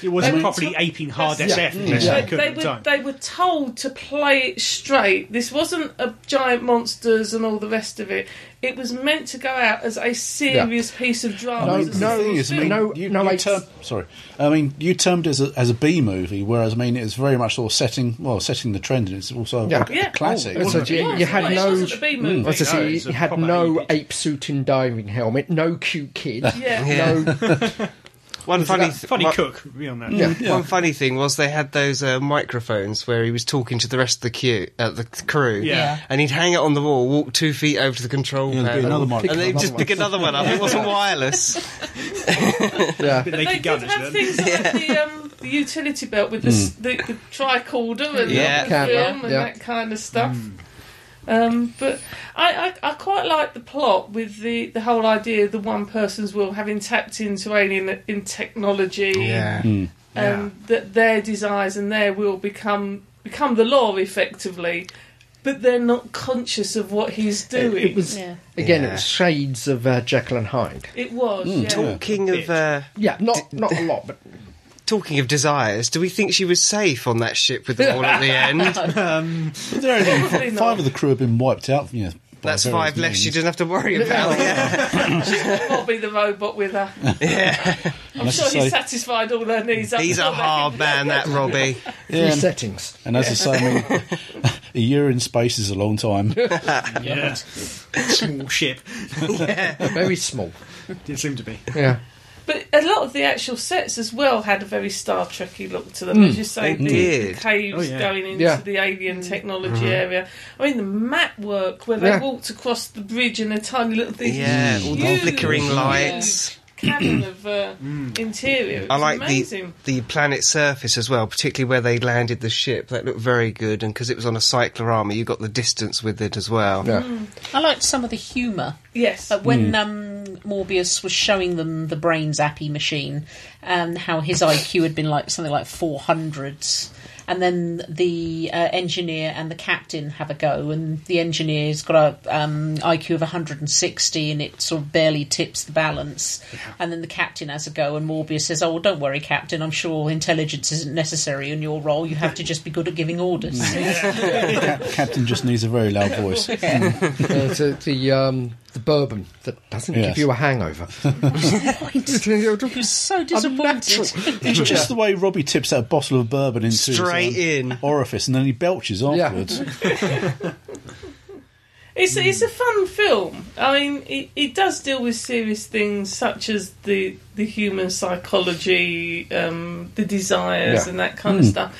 Speaker 1: It wasn't
Speaker 7: They were
Speaker 1: properly
Speaker 7: to-
Speaker 1: aping hard
Speaker 7: That's-
Speaker 1: SF unless
Speaker 5: Yeah.
Speaker 1: they
Speaker 7: They-
Speaker 1: could
Speaker 7: they,
Speaker 1: at the
Speaker 7: were,
Speaker 1: time.
Speaker 7: they were told to play it straight. This wasn't a giant monsters and all the rest of it. It was meant to go out as a serious piece of drama.
Speaker 5: No,
Speaker 2: I
Speaker 7: as
Speaker 2: mean,
Speaker 7: a
Speaker 2: the
Speaker 5: no,
Speaker 2: thing
Speaker 7: serious
Speaker 2: is, I
Speaker 7: film.
Speaker 2: mean,
Speaker 5: no,
Speaker 2: you,
Speaker 5: no,
Speaker 2: you
Speaker 5: it's-
Speaker 2: term- sorry. I mean, you termed it as a, as a B movie, whereas I mean, it's very much sort of setting, well, setting the trend, and it's also
Speaker 5: Yeah.
Speaker 2: a,
Speaker 7: Yeah.
Speaker 2: a classic.
Speaker 5: Oh,
Speaker 2: isn't
Speaker 5: it's
Speaker 2: it?
Speaker 5: a-
Speaker 7: It was,
Speaker 5: you had Mm.
Speaker 7: it
Speaker 5: no-
Speaker 7: wasn't a B movie.
Speaker 5: As I
Speaker 1: No,
Speaker 5: say,
Speaker 1: it's a
Speaker 5: he had
Speaker 1: proper
Speaker 5: no
Speaker 1: ape.
Speaker 5: ape suit and diving helmet, no cute kid.
Speaker 7: Yeah.
Speaker 5: No,
Speaker 3: one funny,
Speaker 5: that
Speaker 3: th-
Speaker 1: Funny
Speaker 3: one-
Speaker 1: cook, be on that.
Speaker 5: yeah.
Speaker 3: One funny thing was they had those uh, microphones where he was talking to the rest of the queue, uh, the crew.
Speaker 1: Yeah.
Speaker 3: And he'd hang it on the wall, walk two feet over to the control
Speaker 2: Yeah, there'd be
Speaker 3: panel,
Speaker 2: another microphone.
Speaker 3: and they'd just pick another one up. It wasn't wireless.
Speaker 5: yeah.
Speaker 1: Bit
Speaker 7: But they
Speaker 1: naked
Speaker 7: did
Speaker 1: gun, isn't
Speaker 7: have
Speaker 1: it?
Speaker 7: things like the, um, the utility belt with the, s the, the tricorder and
Speaker 3: Yeah.
Speaker 7: the
Speaker 5: Camera,
Speaker 7: film and
Speaker 5: yeah.
Speaker 7: that kind of stuff. Um, but I, I, I quite like the plot with the, the whole idea of the one person's will having tapped into alien in technology
Speaker 3: Yeah.
Speaker 7: and that their desires and their will become become the law effectively, but they're not conscious of what he's doing.
Speaker 5: It was
Speaker 4: Yeah.
Speaker 5: again.
Speaker 3: Yeah.
Speaker 5: It was shades of uh, Jekyll and Hyde.
Speaker 7: It was, yeah.
Speaker 3: Talking of uh,
Speaker 5: Yeah, not not a lot, but
Speaker 3: talking of desires, do we think she was safe on that ship with the wall at the end?
Speaker 2: But there again, f-
Speaker 7: Probably not.
Speaker 2: five of the crew have been wiped out. Yeah, by
Speaker 3: That's
Speaker 2: various
Speaker 3: five less
Speaker 2: means.
Speaker 3: she doesn't have to worry about. Yeah.
Speaker 7: Bobby the robot with her. I'm
Speaker 2: Unless
Speaker 7: sure
Speaker 2: you
Speaker 7: he's
Speaker 2: say-
Speaker 7: satisfied all her needs. up
Speaker 3: He's a
Speaker 7: till then.
Speaker 3: hard man, that Robbie.
Speaker 5: three settings.
Speaker 2: And as I say, I mean, a year in space is a long time.
Speaker 1: Yeah. Small ship.
Speaker 5: Very small.
Speaker 1: It seemed to be.
Speaker 5: Yeah.
Speaker 7: But a lot of the actual sets as well had a very Star Trekky look to them, as you say.
Speaker 3: They
Speaker 7: the
Speaker 3: did. Mm-hmm.
Speaker 7: caves
Speaker 1: Oh, yeah.
Speaker 7: going into
Speaker 5: Yeah.
Speaker 7: the alien technology area. I mean, the map work where they
Speaker 5: Yeah.
Speaker 7: walked across the bridge in a tiny little thing.
Speaker 3: Yeah, all the
Speaker 7: Huge,
Speaker 3: flickering
Speaker 7: huge
Speaker 3: lights.
Speaker 7: Cabin of uh, interior. It
Speaker 3: I
Speaker 7: was
Speaker 3: like
Speaker 7: amazing.
Speaker 3: the the planet surface as well, particularly where they landed the ship. That looked very good, and because it was on a cyclorama, you got the distance with it as well.
Speaker 5: Yeah.
Speaker 4: I liked some of the humour.
Speaker 7: Yes.
Speaker 4: But when um, Morbius was showing them the brains appy machine and how his IQ had been like something like 400s, and then the uh, engineer and the captain have a go, and the engineer's got a um, IQ of 160, and it sort of barely tips the balance. And then the captain has a go, and Morbius says, "Oh, well, don't worry, captain. I'm sure intelligence isn't necessary in your role. You have to just be good at giving orders."
Speaker 2: Cap- Captain just needs a very loud voice.
Speaker 5: Uh, so the um, the bourbon that doesn't
Speaker 2: Yes.
Speaker 5: give you a hangover.
Speaker 4: He was so disappointed.
Speaker 2: It's just the way Robbie tips that bottle of bourbon into his,
Speaker 3: Straight
Speaker 2: um,
Speaker 3: in.
Speaker 2: orifice, and then he belches afterwards.
Speaker 7: It's it's
Speaker 3: Hmm.
Speaker 7: a fun film. I mean, it, it does deal with serious things such as the the human psychology, um, the desires,
Speaker 5: Yeah.
Speaker 7: and that kind of
Speaker 3: Hmm.
Speaker 7: stuff.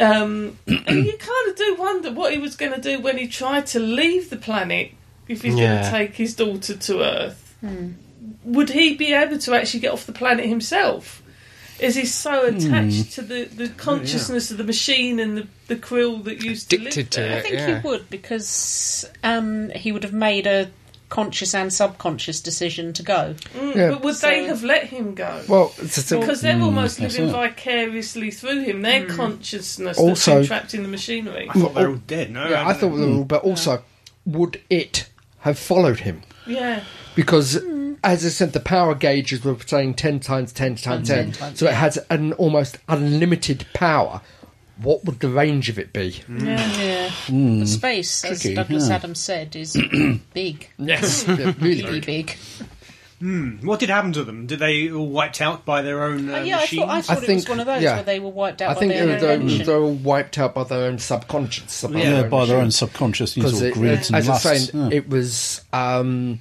Speaker 7: Um, and you kind of do wonder what he was going to do when he tried to leave the planet. If he's going
Speaker 3: Yeah.
Speaker 7: to take his daughter to Earth, would he be able to actually get off the planet himself? Is he so
Speaker 3: Hmm.
Speaker 7: attached to the, the consciousness of the machine and the, the krill that used to live
Speaker 3: Addicted to
Speaker 7: there?
Speaker 3: it.
Speaker 4: I think
Speaker 3: yeah.
Speaker 4: he would because um, he would have made a conscious and subconscious decision to go.
Speaker 5: Yeah.
Speaker 7: Mm, But would they have let him go?
Speaker 5: well, it's, it's,
Speaker 7: because they're almost
Speaker 2: that's
Speaker 7: living
Speaker 2: it.
Speaker 7: vicariously through him. Their
Speaker 3: Mm.
Speaker 7: consciousness
Speaker 5: Also-
Speaker 7: that's trapped in the machinery.
Speaker 1: I thought they were all
Speaker 5: Well,
Speaker 1: dead. No,
Speaker 5: yeah, I
Speaker 1: don't
Speaker 5: thought,
Speaker 1: know.
Speaker 5: they were all- but also, would it have followed him?
Speaker 7: Yeah,
Speaker 5: Because, as I said, the power gauges were saying 10 times 10 times 10, so it has an almost unlimited power. What would the range of it be?
Speaker 3: Mm.
Speaker 7: yeah.
Speaker 4: Yeah.
Speaker 5: Hmm.
Speaker 4: But space,
Speaker 2: Tricky,
Speaker 4: as Douglas
Speaker 2: yeah.
Speaker 4: Adams said, is big.
Speaker 5: Yes. really
Speaker 4: Really
Speaker 5: big.
Speaker 4: big.
Speaker 1: What did happen to them? Did they all wiped out by their own uh,
Speaker 4: Uh, yeah, I
Speaker 1: machines?
Speaker 4: thought, I thought it was
Speaker 5: think-
Speaker 4: one of those
Speaker 5: yeah.
Speaker 4: where they were wiped out
Speaker 5: I
Speaker 4: by
Speaker 5: think um,
Speaker 4: their
Speaker 5: they were, they were-
Speaker 4: invention.
Speaker 5: they were all wiped out by their own subconscious. by
Speaker 2: Yeah,
Speaker 5: their own
Speaker 2: by their own
Speaker 5: machine.
Speaker 2: subconscious, these
Speaker 5: because
Speaker 2: all
Speaker 5: it- uh,
Speaker 2: greeds and
Speaker 5: as I was
Speaker 2: lusts.
Speaker 5: saying,
Speaker 2: yeah.
Speaker 5: it was um,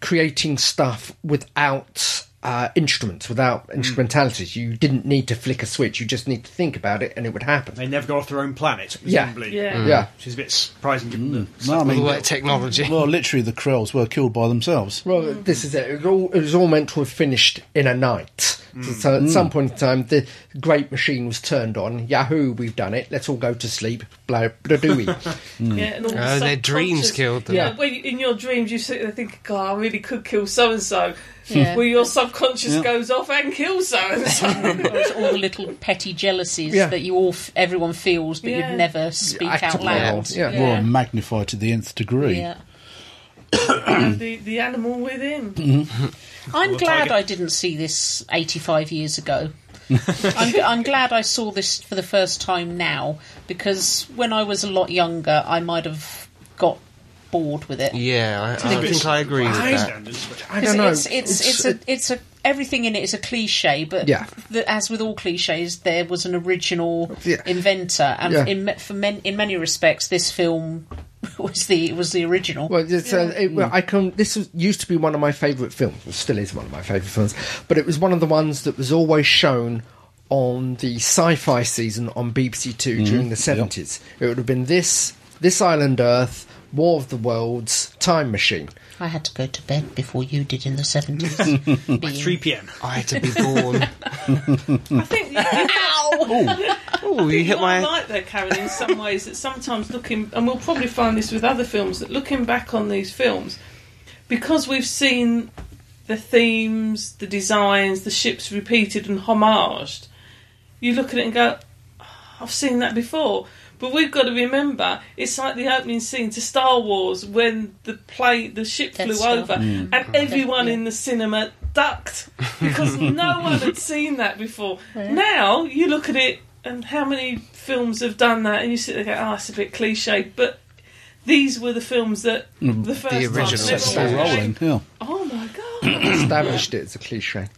Speaker 5: creating stuff without uh, instruments, without
Speaker 2: Hmm.
Speaker 5: instrumentalities. You didn't need to flick a switch; you just need to think about it, and it would happen.
Speaker 1: They never got off their own planet,
Speaker 5: Yeah.
Speaker 1: presumably. Mm.
Speaker 7: Yeah.
Speaker 5: Yeah, Mm.
Speaker 1: Which is a bit surprising given the
Speaker 2: No, I
Speaker 3: All
Speaker 2: mean,
Speaker 3: that technology.
Speaker 2: well, literally, the Krells were killed by themselves.
Speaker 5: well, this is it. It was, all, it was all meant to have finished in a night.
Speaker 2: Hmm.
Speaker 5: So, so at some point in time, the great machine was turned on. Yahoo! We've done it. Let's all go to sleep. Blah blah dooey.
Speaker 7: yeah. And all
Speaker 3: Oh,
Speaker 7: the
Speaker 3: their
Speaker 7: subconscious-
Speaker 3: dreams killed them.
Speaker 7: Yeah, when you, in your dreams you sit there thinking, "God, I really could kill so and so."
Speaker 4: Yeah.
Speaker 7: Well, your subconscious
Speaker 2: Yeah.
Speaker 7: goes off and kills so and so.
Speaker 4: It's all the little petty jealousies
Speaker 5: Yeah.
Speaker 4: that you all, f- everyone feels, but
Speaker 7: Yeah.
Speaker 4: you'd never speak
Speaker 5: act
Speaker 4: out
Speaker 5: of
Speaker 4: loud.
Speaker 5: love, yeah.
Speaker 2: Well,
Speaker 7: Yeah.
Speaker 2: magnified to the nth degree.
Speaker 4: Yeah.
Speaker 7: the the animal within.
Speaker 4: I'm glad
Speaker 1: tiger.
Speaker 4: I didn't see this 85 years ago. I'm, I'm glad I saw this for the first time now because when I was a lot younger, I might have got bored with it.
Speaker 3: Yeah, I, I
Speaker 1: It's
Speaker 3: think I agree with
Speaker 1: high
Speaker 3: that.
Speaker 1: standards, but
Speaker 5: I
Speaker 4: It's,
Speaker 5: don't know.
Speaker 4: it's, it's, it's, a, it's a everything in it is a cliche, but
Speaker 5: Yeah.
Speaker 4: the, as with all cliches, there was an original
Speaker 5: Yeah.
Speaker 4: inventor, and
Speaker 5: Yeah.
Speaker 4: in, ma- for men, in many respects, this film was the was the original.
Speaker 5: Well, it's, uh, it, well I can. This was, used to be one of my favourite films. Well, still is one of my favourite films. But it was one of the ones that was always shown on the sci-fi season on BBC Two during the seventies. It would have been this, this Island Earth, War of the Worlds, Time Machine.
Speaker 4: I had to go to bed before you did in the seventies.
Speaker 1: 3 p.m.
Speaker 3: I had to be born.
Speaker 7: I think you, you
Speaker 3: oh, you hit
Speaker 7: What I
Speaker 3: my.
Speaker 7: like though, Karen, in some ways that sometimes looking, and we'll probably find this with other films, that looking back on these films, because we've seen the themes, the designs, the ships repeated and homaged, you look at it and go, "Oh, I've seen that before. But we've got to remember, it's like the opening scene to Star Wars when the plane, the ship
Speaker 4: Death
Speaker 7: flew
Speaker 4: Star.
Speaker 7: over,
Speaker 3: Mm.
Speaker 7: and everyone in the cinema ducked because no one had seen that before. Now you look at it, and how many films have done that, and you sit there and go, "Oh, it's a bit cliched," but. These were the films that the first time
Speaker 3: Mm, original
Speaker 7: everyone
Speaker 5: set
Speaker 2: All
Speaker 5: Yeah.
Speaker 7: went,
Speaker 2: rolling. Yeah.
Speaker 7: Oh my god!
Speaker 5: Established it as a cliche.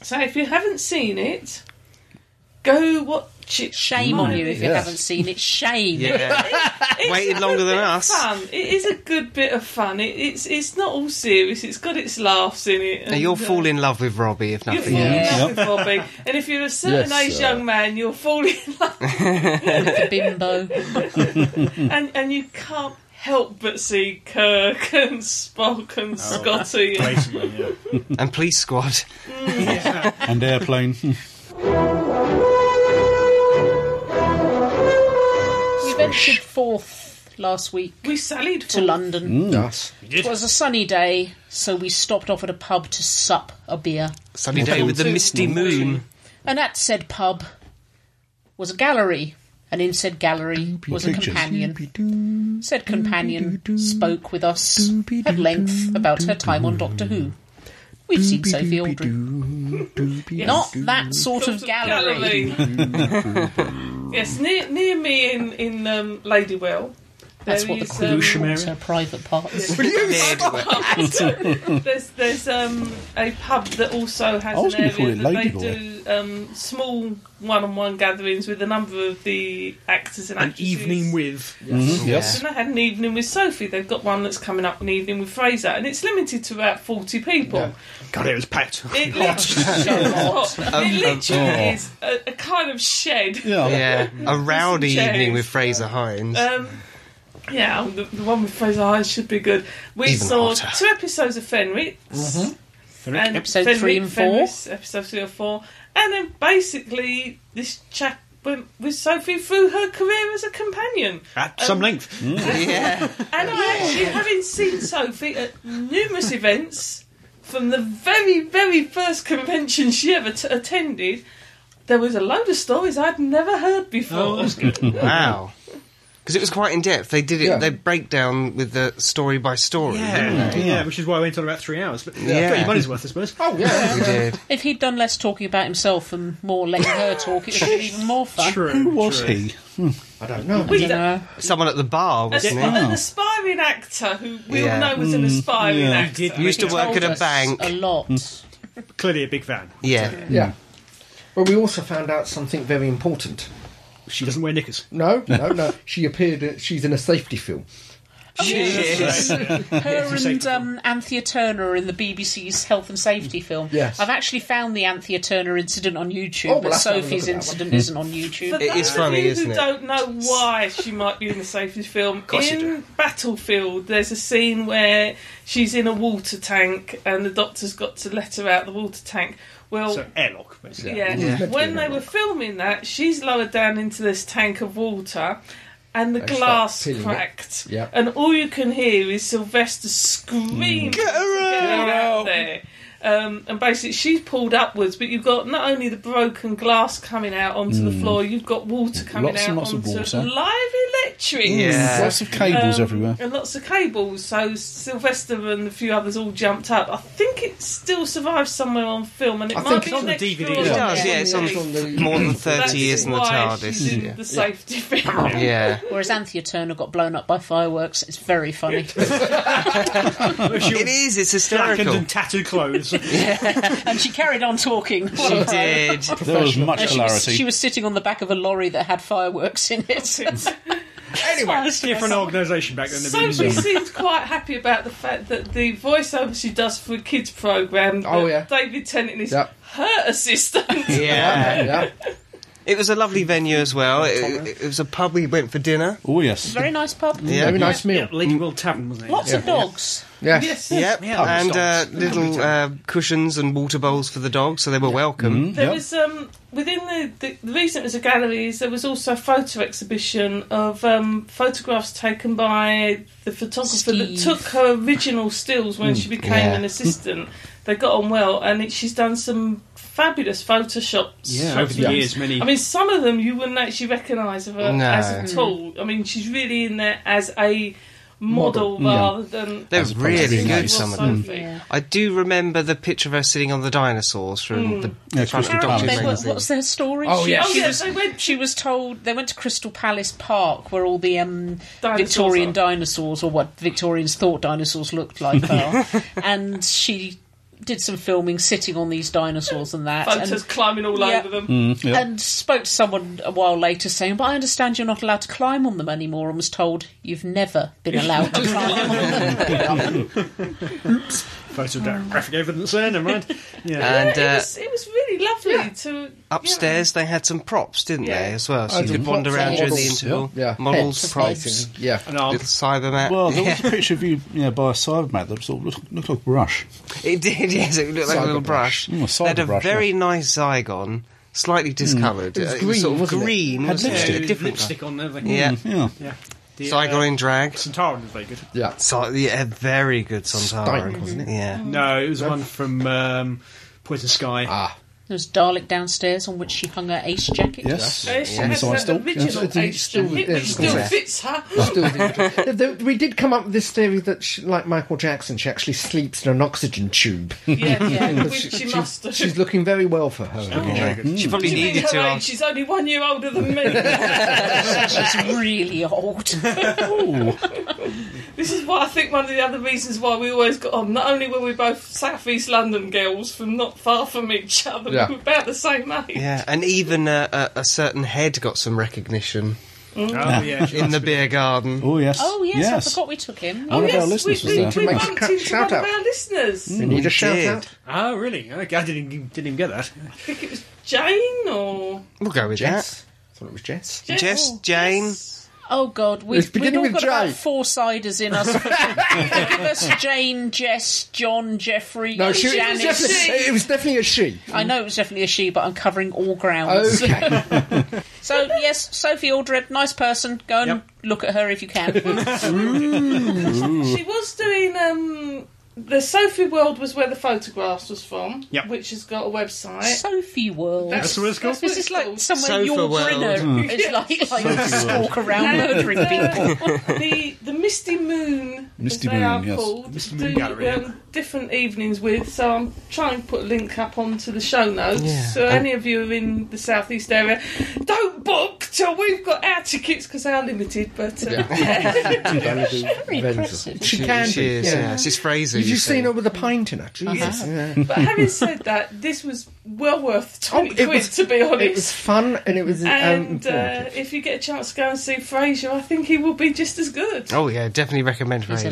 Speaker 7: so if you haven't seen it, go what watch it.
Speaker 4: Shame on you if you
Speaker 2: yes.
Speaker 4: haven't seen it. Shame.
Speaker 3: Yeah.
Speaker 7: It's
Speaker 3: Waited
Speaker 7: a
Speaker 3: longer
Speaker 7: good
Speaker 3: than
Speaker 7: bit of
Speaker 3: us.
Speaker 7: Fun. It is a good bit of fun. It, it's it's not all serious. It's got its laughs in it.
Speaker 3: Now
Speaker 7: and,
Speaker 3: you'll
Speaker 7: uh,
Speaker 3: fall in love with Robbie if
Speaker 7: You'll
Speaker 3: nothing.
Speaker 7: fall in
Speaker 4: Yeah.
Speaker 7: love with Bobby, and if you're a certain
Speaker 5: Yes,
Speaker 7: age
Speaker 5: uh,
Speaker 7: young man, you'll fall in love,
Speaker 4: The bimbo.
Speaker 2: Hmm.
Speaker 7: and and you can't help but see Kirk and Spock and
Speaker 1: Oh,
Speaker 7: Scotty. and-
Speaker 1: Basically, yeah.
Speaker 3: And Police Squad.
Speaker 2: and airplane.
Speaker 4: We ventured forth last week
Speaker 7: we sallied
Speaker 4: to
Speaker 7: forth.
Speaker 4: London.
Speaker 5: Yes.
Speaker 1: did.
Speaker 4: It was a sunny day, so we stopped off at a pub to sup a beer.
Speaker 3: Sunny day with the misty moon.
Speaker 4: And at said pub was a gallery, and in said gallery was a
Speaker 2: Pictures.
Speaker 4: companion. Said companion spoke with us at length about her time on Doctor Who. We've seen Sophie Aldrin. Not that sort of gallery.
Speaker 7: yes, near near me in in um, Ladywell.
Speaker 4: That's
Speaker 7: there
Speaker 4: what the
Speaker 7: is,
Speaker 4: Queen
Speaker 7: um,
Speaker 4: calls her private parts.
Speaker 7: There's there's um, a pub that also has
Speaker 2: I was
Speaker 7: an
Speaker 2: gonna
Speaker 7: area
Speaker 2: call it
Speaker 7: that they
Speaker 2: Ladyboy.
Speaker 7: do um, small one-on-one gatherings with a number of the actors and
Speaker 1: An
Speaker 7: actresses.
Speaker 1: evening with.
Speaker 2: Mm-hmm. Yes.
Speaker 7: And I had an evening with Sophie. They've got one that's coming up an evening with Fraser, and it's limited to about forty people.
Speaker 1: God, it was packed.
Speaker 7: It literally, it literally is a, a kind of shed.
Speaker 2: Yeah.
Speaker 3: Yeah. A rowdy
Speaker 7: chairs.
Speaker 3: evening with Fraser Hines.
Speaker 7: Um, yeah, the, the one with Fraser Hines should be good. We
Speaker 3: Even
Speaker 7: saw
Speaker 3: hotter.
Speaker 7: two episodes of Fenritz. And
Speaker 4: Mm-hmm. Episode three and four.
Speaker 7: Fenris, episode three or four. And then basically, this chap went with Sophie through her career as a companion.
Speaker 1: At some length.
Speaker 3: yeah.
Speaker 7: And I actually, having seen Sophie at numerous events, from the very, very first convention she ever t- attended, there was a load of stories I'd never heard before.
Speaker 1: Oh, that's good.
Speaker 3: Wow. Because it was quite in depth. They did it.
Speaker 5: Yeah.
Speaker 3: They break down with the story by story.
Speaker 1: Yeah, yeah, which is why I went on about three hours. But
Speaker 3: Yeah.
Speaker 1: got your money's worth, I suppose.
Speaker 5: Oh, yeah.
Speaker 3: We did.
Speaker 4: If he'd done less talking about himself and more letting her talk, it would have been even more fun.
Speaker 1: True.
Speaker 2: Who was
Speaker 1: true.
Speaker 2: he?
Speaker 5: I don't know.
Speaker 7: We-
Speaker 4: You know,
Speaker 3: Someone at the bar,
Speaker 7: As-
Speaker 3: wasn't
Speaker 7: An aspiring actor who we
Speaker 3: Yeah.
Speaker 7: all know was an aspiring
Speaker 2: yeah.
Speaker 7: actor.
Speaker 1: He Mm. did-
Speaker 3: he? Used to
Speaker 1: He
Speaker 3: work
Speaker 4: told
Speaker 3: at a
Speaker 4: us
Speaker 3: bank.
Speaker 4: A lot.
Speaker 5: Mm.
Speaker 1: Clearly a big fan.
Speaker 3: Yeah.
Speaker 5: Yeah. Well, we also found out something very important.
Speaker 1: She doesn't wear knickers.
Speaker 5: No, no, no. She appeared. She's in a safety film.
Speaker 3: Cheers.
Speaker 4: Her
Speaker 1: for
Speaker 4: and
Speaker 1: safety.
Speaker 4: um, Anthea Turner in the BBC's health and safety film.
Speaker 5: Yes.
Speaker 4: I've actually found the Anthea Turner incident on YouTube,
Speaker 5: Oh, well,
Speaker 4: but
Speaker 5: let's have a look
Speaker 4: Sophie's
Speaker 5: at that one.
Speaker 4: incident isn't on
Speaker 7: For
Speaker 4: YouTube.
Speaker 3: It
Speaker 7: those
Speaker 3: is funny,
Speaker 7: of you
Speaker 3: isn't
Speaker 7: who
Speaker 3: it?
Speaker 7: don't know why she might be in the safest film,
Speaker 3: course you
Speaker 7: in Battlefield, there's a scene where she's in a water tank and the doctor's got to let her out the water tank. Well,
Speaker 1: So airlock, basically.
Speaker 7: yeah. When they were filming that, she's lowered down into this tank of water. And the
Speaker 5: They start
Speaker 7: glass
Speaker 5: peeling it.
Speaker 7: cracked,
Speaker 5: Yeah.
Speaker 7: and all you can hear is Sylvester screaming, "Get her out there!" Um, and basically, she's pulled upwards, but you've got not only the broken glass coming out onto the floor, you've got water coming
Speaker 2: Lots
Speaker 7: out
Speaker 2: and lots of
Speaker 7: onto
Speaker 2: water.
Speaker 7: live electric.
Speaker 3: Yeah.
Speaker 2: Lots of cables
Speaker 7: Um,
Speaker 2: everywhere.
Speaker 7: And lots of cables. So Sylvester and a few others all jumped up. I think it still survives somewhere on film, and it
Speaker 5: I
Speaker 7: might
Speaker 5: think
Speaker 7: be
Speaker 5: it's on
Speaker 1: the
Speaker 7: next
Speaker 1: DVD.
Speaker 7: door.
Speaker 3: It
Speaker 5: Yeah.
Speaker 3: does, yeah. It's on
Speaker 5: It's on the-
Speaker 3: more than
Speaker 7: That's
Speaker 3: 30 years in the
Speaker 7: why
Speaker 3: TARDIS.
Speaker 7: She did
Speaker 3: Yeah.
Speaker 7: the safety film.
Speaker 3: Yeah.
Speaker 4: Whereas Anthea Turner got blown up by fireworks. It's very funny.
Speaker 1: She
Speaker 3: It is, it's
Speaker 1: blackened
Speaker 3: hysterical.
Speaker 1: and tattooed clothes.
Speaker 4: and she carried on talking.
Speaker 3: She did.
Speaker 2: There was much
Speaker 4: And she, was, she
Speaker 2: hilarity.
Speaker 4: was sitting on the back of a lorry that had fireworks in it. anyway,
Speaker 1: Different organisation back then. than BBC.
Speaker 7: Sophie seems quite happy about the fact that the voiceover she does for a kids program.
Speaker 5: Oh,
Speaker 7: that
Speaker 5: yeah.
Speaker 7: David Tennant is
Speaker 5: Yep.
Speaker 7: her assistant.
Speaker 3: Yeah.
Speaker 5: Yeah.
Speaker 3: It was a lovely venue as well. It, it- it was a pub we went for dinner.
Speaker 2: Oh yes.
Speaker 4: Very nice pub.
Speaker 3: Yeah.
Speaker 5: Very nice meal.
Speaker 1: Lady World Tavern, wasn't it?
Speaker 4: Lots of dogs.
Speaker 5: Yes.
Speaker 7: Yes.
Speaker 3: Yep,
Speaker 1: Yeah, that
Speaker 3: and
Speaker 1: was
Speaker 3: uh,
Speaker 1: dogs.
Speaker 3: little uh, cushions and water bowls for the dogs, so they were welcome.
Speaker 7: There
Speaker 2: Yep.
Speaker 7: was um within the, the the reason it was a gallery is there was also a photo exhibition of um photographs taken by the photographer
Speaker 4: Steve.
Speaker 7: that took her original stills when she became
Speaker 3: yeah.
Speaker 7: an assistant. They got on well, and it, she's done some fabulous photoshops.
Speaker 1: Yeah, over the
Speaker 5: Yeah.
Speaker 1: years, many.
Speaker 7: I mean, some of them you wouldn't actually recognise of her
Speaker 3: No.
Speaker 7: as at all. I mean, she's really in there as a model,
Speaker 5: Model, yeah.
Speaker 7: rather than
Speaker 3: They were
Speaker 7: as
Speaker 3: really Mm.
Speaker 7: she
Speaker 3: good,
Speaker 7: was
Speaker 3: some of them.
Speaker 7: Sophie.
Speaker 3: I do remember the picture of her sitting on the dinosaurs from the
Speaker 2: Yeah,
Speaker 3: front of Doctor
Speaker 2: Crystal Palace.
Speaker 4: They were,
Speaker 3: magazine.
Speaker 4: what's their story?
Speaker 5: Oh,
Speaker 4: She-
Speaker 5: yes.
Speaker 7: Oh
Speaker 4: she
Speaker 7: yeah,
Speaker 4: was
Speaker 7: they went
Speaker 4: She was told they went to Crystal Palace Park, where all the um,
Speaker 7: Dinosaurs
Speaker 4: Victorian
Speaker 7: are.
Speaker 4: dinosaurs, or what Victorians thought dinosaurs looked like, are. and she did some filming sitting on these dinosaurs and that.
Speaker 7: Photos
Speaker 4: and,
Speaker 7: climbing all
Speaker 4: Yeah.
Speaker 7: over them.
Speaker 2: Mm, Yeah.
Speaker 4: and spoke to someone a while later saying, But I understand you're not allowed to climb on them anymore, and was told, You've never been allowed to climb on them.
Speaker 1: Photographic evidence there, never mind. Yeah.
Speaker 7: Yeah,
Speaker 3: And
Speaker 7: it,
Speaker 3: uh,
Speaker 7: was, it was really lovely to
Speaker 3: upstairs they had some props, didn't they,
Speaker 7: Yeah.
Speaker 3: as well? So
Speaker 2: I
Speaker 3: you
Speaker 2: didn't-
Speaker 3: could wander around during the
Speaker 2: models,
Speaker 3: interval.
Speaker 5: Yeah.
Speaker 3: Models,
Speaker 5: Heads,
Speaker 3: props,
Speaker 5: facing- Yeah.
Speaker 1: and I'll
Speaker 3: little cybermat.
Speaker 2: Well, there was a picture of you, you know, by a Cybermat that sort of looked, looked like brush.
Speaker 3: It did, yes. It looked like a little brush.
Speaker 2: Mm, a
Speaker 3: they had a
Speaker 2: cyber brush, Mm.
Speaker 3: very nice Zygon, slightly discoloured.
Speaker 5: was
Speaker 3: Uh,
Speaker 5: green,
Speaker 3: sort of
Speaker 5: wasn't it?
Speaker 3: green,
Speaker 2: Had
Speaker 3: wasn't it?
Speaker 2: lipstick.
Speaker 3: A
Speaker 1: do
Speaker 3: Different
Speaker 1: lipstick on there. like-
Speaker 3: Yeah.
Speaker 2: Mm, Yeah.
Speaker 1: yeah. The, uh,
Speaker 3: Zygon in drag.
Speaker 1: Centauran was very good.
Speaker 5: Yeah.
Speaker 3: So, yeah, very good Sontaran,
Speaker 5: Steinbeck,
Speaker 3: wasn't it? Yeah.
Speaker 1: No, it was one from um, Poison Sky.
Speaker 5: Ah.
Speaker 4: There's Dalek downstairs on which she hung her ace jacket.
Speaker 2: Yes.
Speaker 7: Yeah. She
Speaker 2: On the
Speaker 7: has
Speaker 2: side
Speaker 7: that
Speaker 2: still.
Speaker 7: original
Speaker 5: Yeah.
Speaker 7: ace still,
Speaker 5: Yeah.
Speaker 7: it, which still
Speaker 5: Yeah.
Speaker 7: fits her.
Speaker 5: Still didn't- Though we did come up with this theory that, she, like Michael Jackson, she actually sleeps in an oxygen tube.
Speaker 7: Yeah, yeah, Hmm. which she must have.
Speaker 5: She's looking very well for her.
Speaker 2: Mm.
Speaker 3: She probably
Speaker 7: She
Speaker 3: needed
Speaker 7: her
Speaker 3: to.
Speaker 7: age,
Speaker 3: after-
Speaker 7: she's only one year older than me.
Speaker 4: She's really old.
Speaker 7: this is why I think one of the other reasons why we always got on. Not only were we both South East London girls from not far from each other,
Speaker 5: Yeah.
Speaker 7: we were about the same age.
Speaker 3: Yeah, and even a, a, a certain head got some recognition
Speaker 1: Oh, yeah. she
Speaker 3: in
Speaker 1: must
Speaker 3: the
Speaker 1: be-
Speaker 3: beer garden.
Speaker 2: Oh, yes.
Speaker 4: Oh, yes, I forgot we took him. Oh,
Speaker 2: One of
Speaker 7: yes,
Speaker 2: our listeners
Speaker 7: we, we,
Speaker 2: was
Speaker 7: we
Speaker 2: there.
Speaker 5: Make a
Speaker 7: bumped
Speaker 5: cut-
Speaker 7: into
Speaker 5: shout
Speaker 7: one
Speaker 5: out.
Speaker 7: of
Speaker 5: Mm.
Speaker 7: our listeners.
Speaker 5: We need a shout
Speaker 3: did.
Speaker 5: out.
Speaker 1: Oh, really? Okay, I didn't, didn't even get that.
Speaker 7: I think it was Jane or
Speaker 3: We'll go with
Speaker 5: Jess. I thought it was Jess.
Speaker 3: that.
Speaker 7: Jess.
Speaker 3: Jess, Jane.
Speaker 4: Oh, God. We,
Speaker 5: It's
Speaker 4: we've
Speaker 5: beginning
Speaker 4: all
Speaker 5: with
Speaker 4: got
Speaker 5: J.
Speaker 4: about four siders in us. Give us Jane, Jess, John, Jeffrey,
Speaker 5: No, she, it, was
Speaker 4: Janice.
Speaker 5: definitely, it was definitely a she.
Speaker 4: I know it was definitely a she, but I'm covering all grounds.
Speaker 5: Okay.
Speaker 4: So, yes, Sophie Aldred, nice person. Go and
Speaker 1: Yep.
Speaker 4: look at her if you can.
Speaker 7: She was doing um the Sophie World was where the photographs was from,
Speaker 1: Yep.
Speaker 7: which has got a website.
Speaker 4: Sophie World.
Speaker 1: That's what it's called?
Speaker 4: This is like
Speaker 7: called.
Speaker 4: somewhere
Speaker 3: Sofa
Speaker 4: your
Speaker 3: world.
Speaker 4: Brinner is like, like stalk around murdering people.
Speaker 7: the the Misty Moon,
Speaker 2: Misty
Speaker 7: as they
Speaker 2: Moon,
Speaker 7: are
Speaker 2: yes.
Speaker 7: called,
Speaker 1: Misty
Speaker 7: do
Speaker 1: Moon Gallery, yeah.
Speaker 7: um, different evenings with. So I'm trying to put a link up onto the show notes.
Speaker 3: Yeah.
Speaker 7: So any of you in the southeast area, don't book till we've got our tickets because they are limited. But uh,
Speaker 5: Very
Speaker 4: impressive.
Speaker 5: She can
Speaker 3: She
Speaker 5: be.
Speaker 3: is,
Speaker 5: yeah.
Speaker 3: yes. It's Fraser.
Speaker 5: You've
Speaker 3: you
Speaker 5: just
Speaker 3: see.
Speaker 5: seen her with a pint in her.
Speaker 7: Uh-huh.
Speaker 5: Jesus. Yeah. Oh,
Speaker 7: but having said that, this was well worth twenty
Speaker 5: it
Speaker 7: quid
Speaker 5: was-
Speaker 7: to be honest.
Speaker 5: It was fun and it was um,
Speaker 7: And
Speaker 5: informative.
Speaker 7: uh, if you get a chance to go and see Frasier, I think he will be just as good.
Speaker 3: Oh, yeah, definitely recommend Fraser.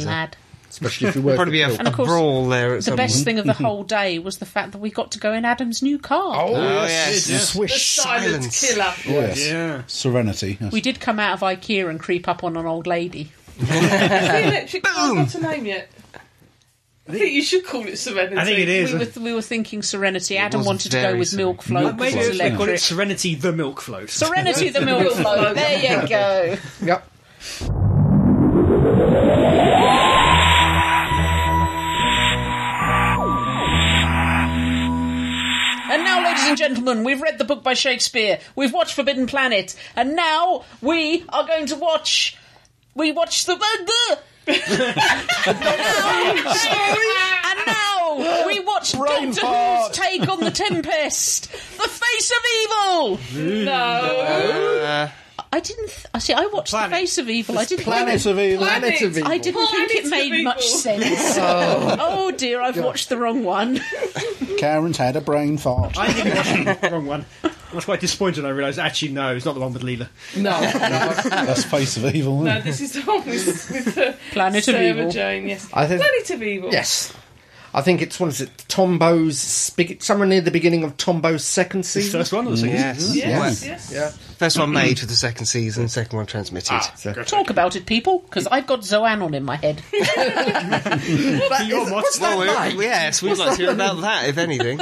Speaker 5: especially if you work.
Speaker 3: Probably be a,
Speaker 5: with
Speaker 3: a
Speaker 4: of course,
Speaker 3: brawl there at
Speaker 4: The
Speaker 3: some
Speaker 4: best
Speaker 3: point.
Speaker 4: thing of the whole day was the fact that we got to go in Adam's new car.
Speaker 5: Oh,
Speaker 3: yes. Yes.
Speaker 5: yes.
Speaker 7: The
Speaker 5: Swish.
Speaker 7: silent
Speaker 3: silence.
Speaker 7: killer.
Speaker 2: yes.
Speaker 1: Yeah.
Speaker 2: Serenity. yes.
Speaker 4: We did come out of IKEA and creep up on an old lady.
Speaker 7: the electric car got a name yet? I think you should call it Serenity.
Speaker 1: I think it is.
Speaker 4: We were, we were thinking Serenity. Adam
Speaker 3: was
Speaker 4: wanted to
Speaker 3: very
Speaker 4: go with Milk Float because
Speaker 1: Maybe
Speaker 4: it's
Speaker 1: they call it
Speaker 4: electric.
Speaker 1: Serenity the Milk Float.
Speaker 4: Serenity the Milk Float. There you go.
Speaker 5: Yep.
Speaker 4: And now, ladies and gentlemen, we've read the book by Shakespeare, we've watched Forbidden Planet, and now we are going to watch. We watch the. the- now, and now we watch
Speaker 2: Brain
Speaker 4: Doctor Who's
Speaker 2: fart.
Speaker 4: take on the Tempest, the face of evil.
Speaker 7: No.
Speaker 3: Uh,
Speaker 4: I didn't th- I see. I watched the
Speaker 1: Planet.
Speaker 4: face of evil. I didn't.
Speaker 2: Planet of Evil.
Speaker 5: Planet of Evil.
Speaker 4: I didn't think
Speaker 7: Planet
Speaker 4: it
Speaker 7: of
Speaker 4: made much
Speaker 7: Evil.
Speaker 4: sense. oh. dear, I've watched the wrong one.
Speaker 2: Karen's had a brain fart.
Speaker 1: I think it was the wrong one. I was quite disappointed when I realised, actually, no, it's not the one with Leela.
Speaker 5: No. no.
Speaker 2: That's face of evil. isn't
Speaker 7: No,
Speaker 2: it?
Speaker 7: this is the one with, with uh,
Speaker 4: Planet of
Speaker 7: Sarah
Speaker 4: Evil.
Speaker 7: Jane, yes.
Speaker 5: I think-
Speaker 7: Planet of Evil.
Speaker 5: yes. I think it's what is it? Tombo's spigot. Somewhere near the beginning of Tombo's second
Speaker 1: It's the
Speaker 5: season.
Speaker 1: first one or the second?
Speaker 3: yes.
Speaker 7: Yes, yes.
Speaker 5: Yeah.
Speaker 3: First one made for the second season, second one transmitted.
Speaker 4: Talk about it, people, because I've got Zoanon in my head.
Speaker 1: But your mod-
Speaker 3: Well, we yes, we'd like to hear about that, if anything.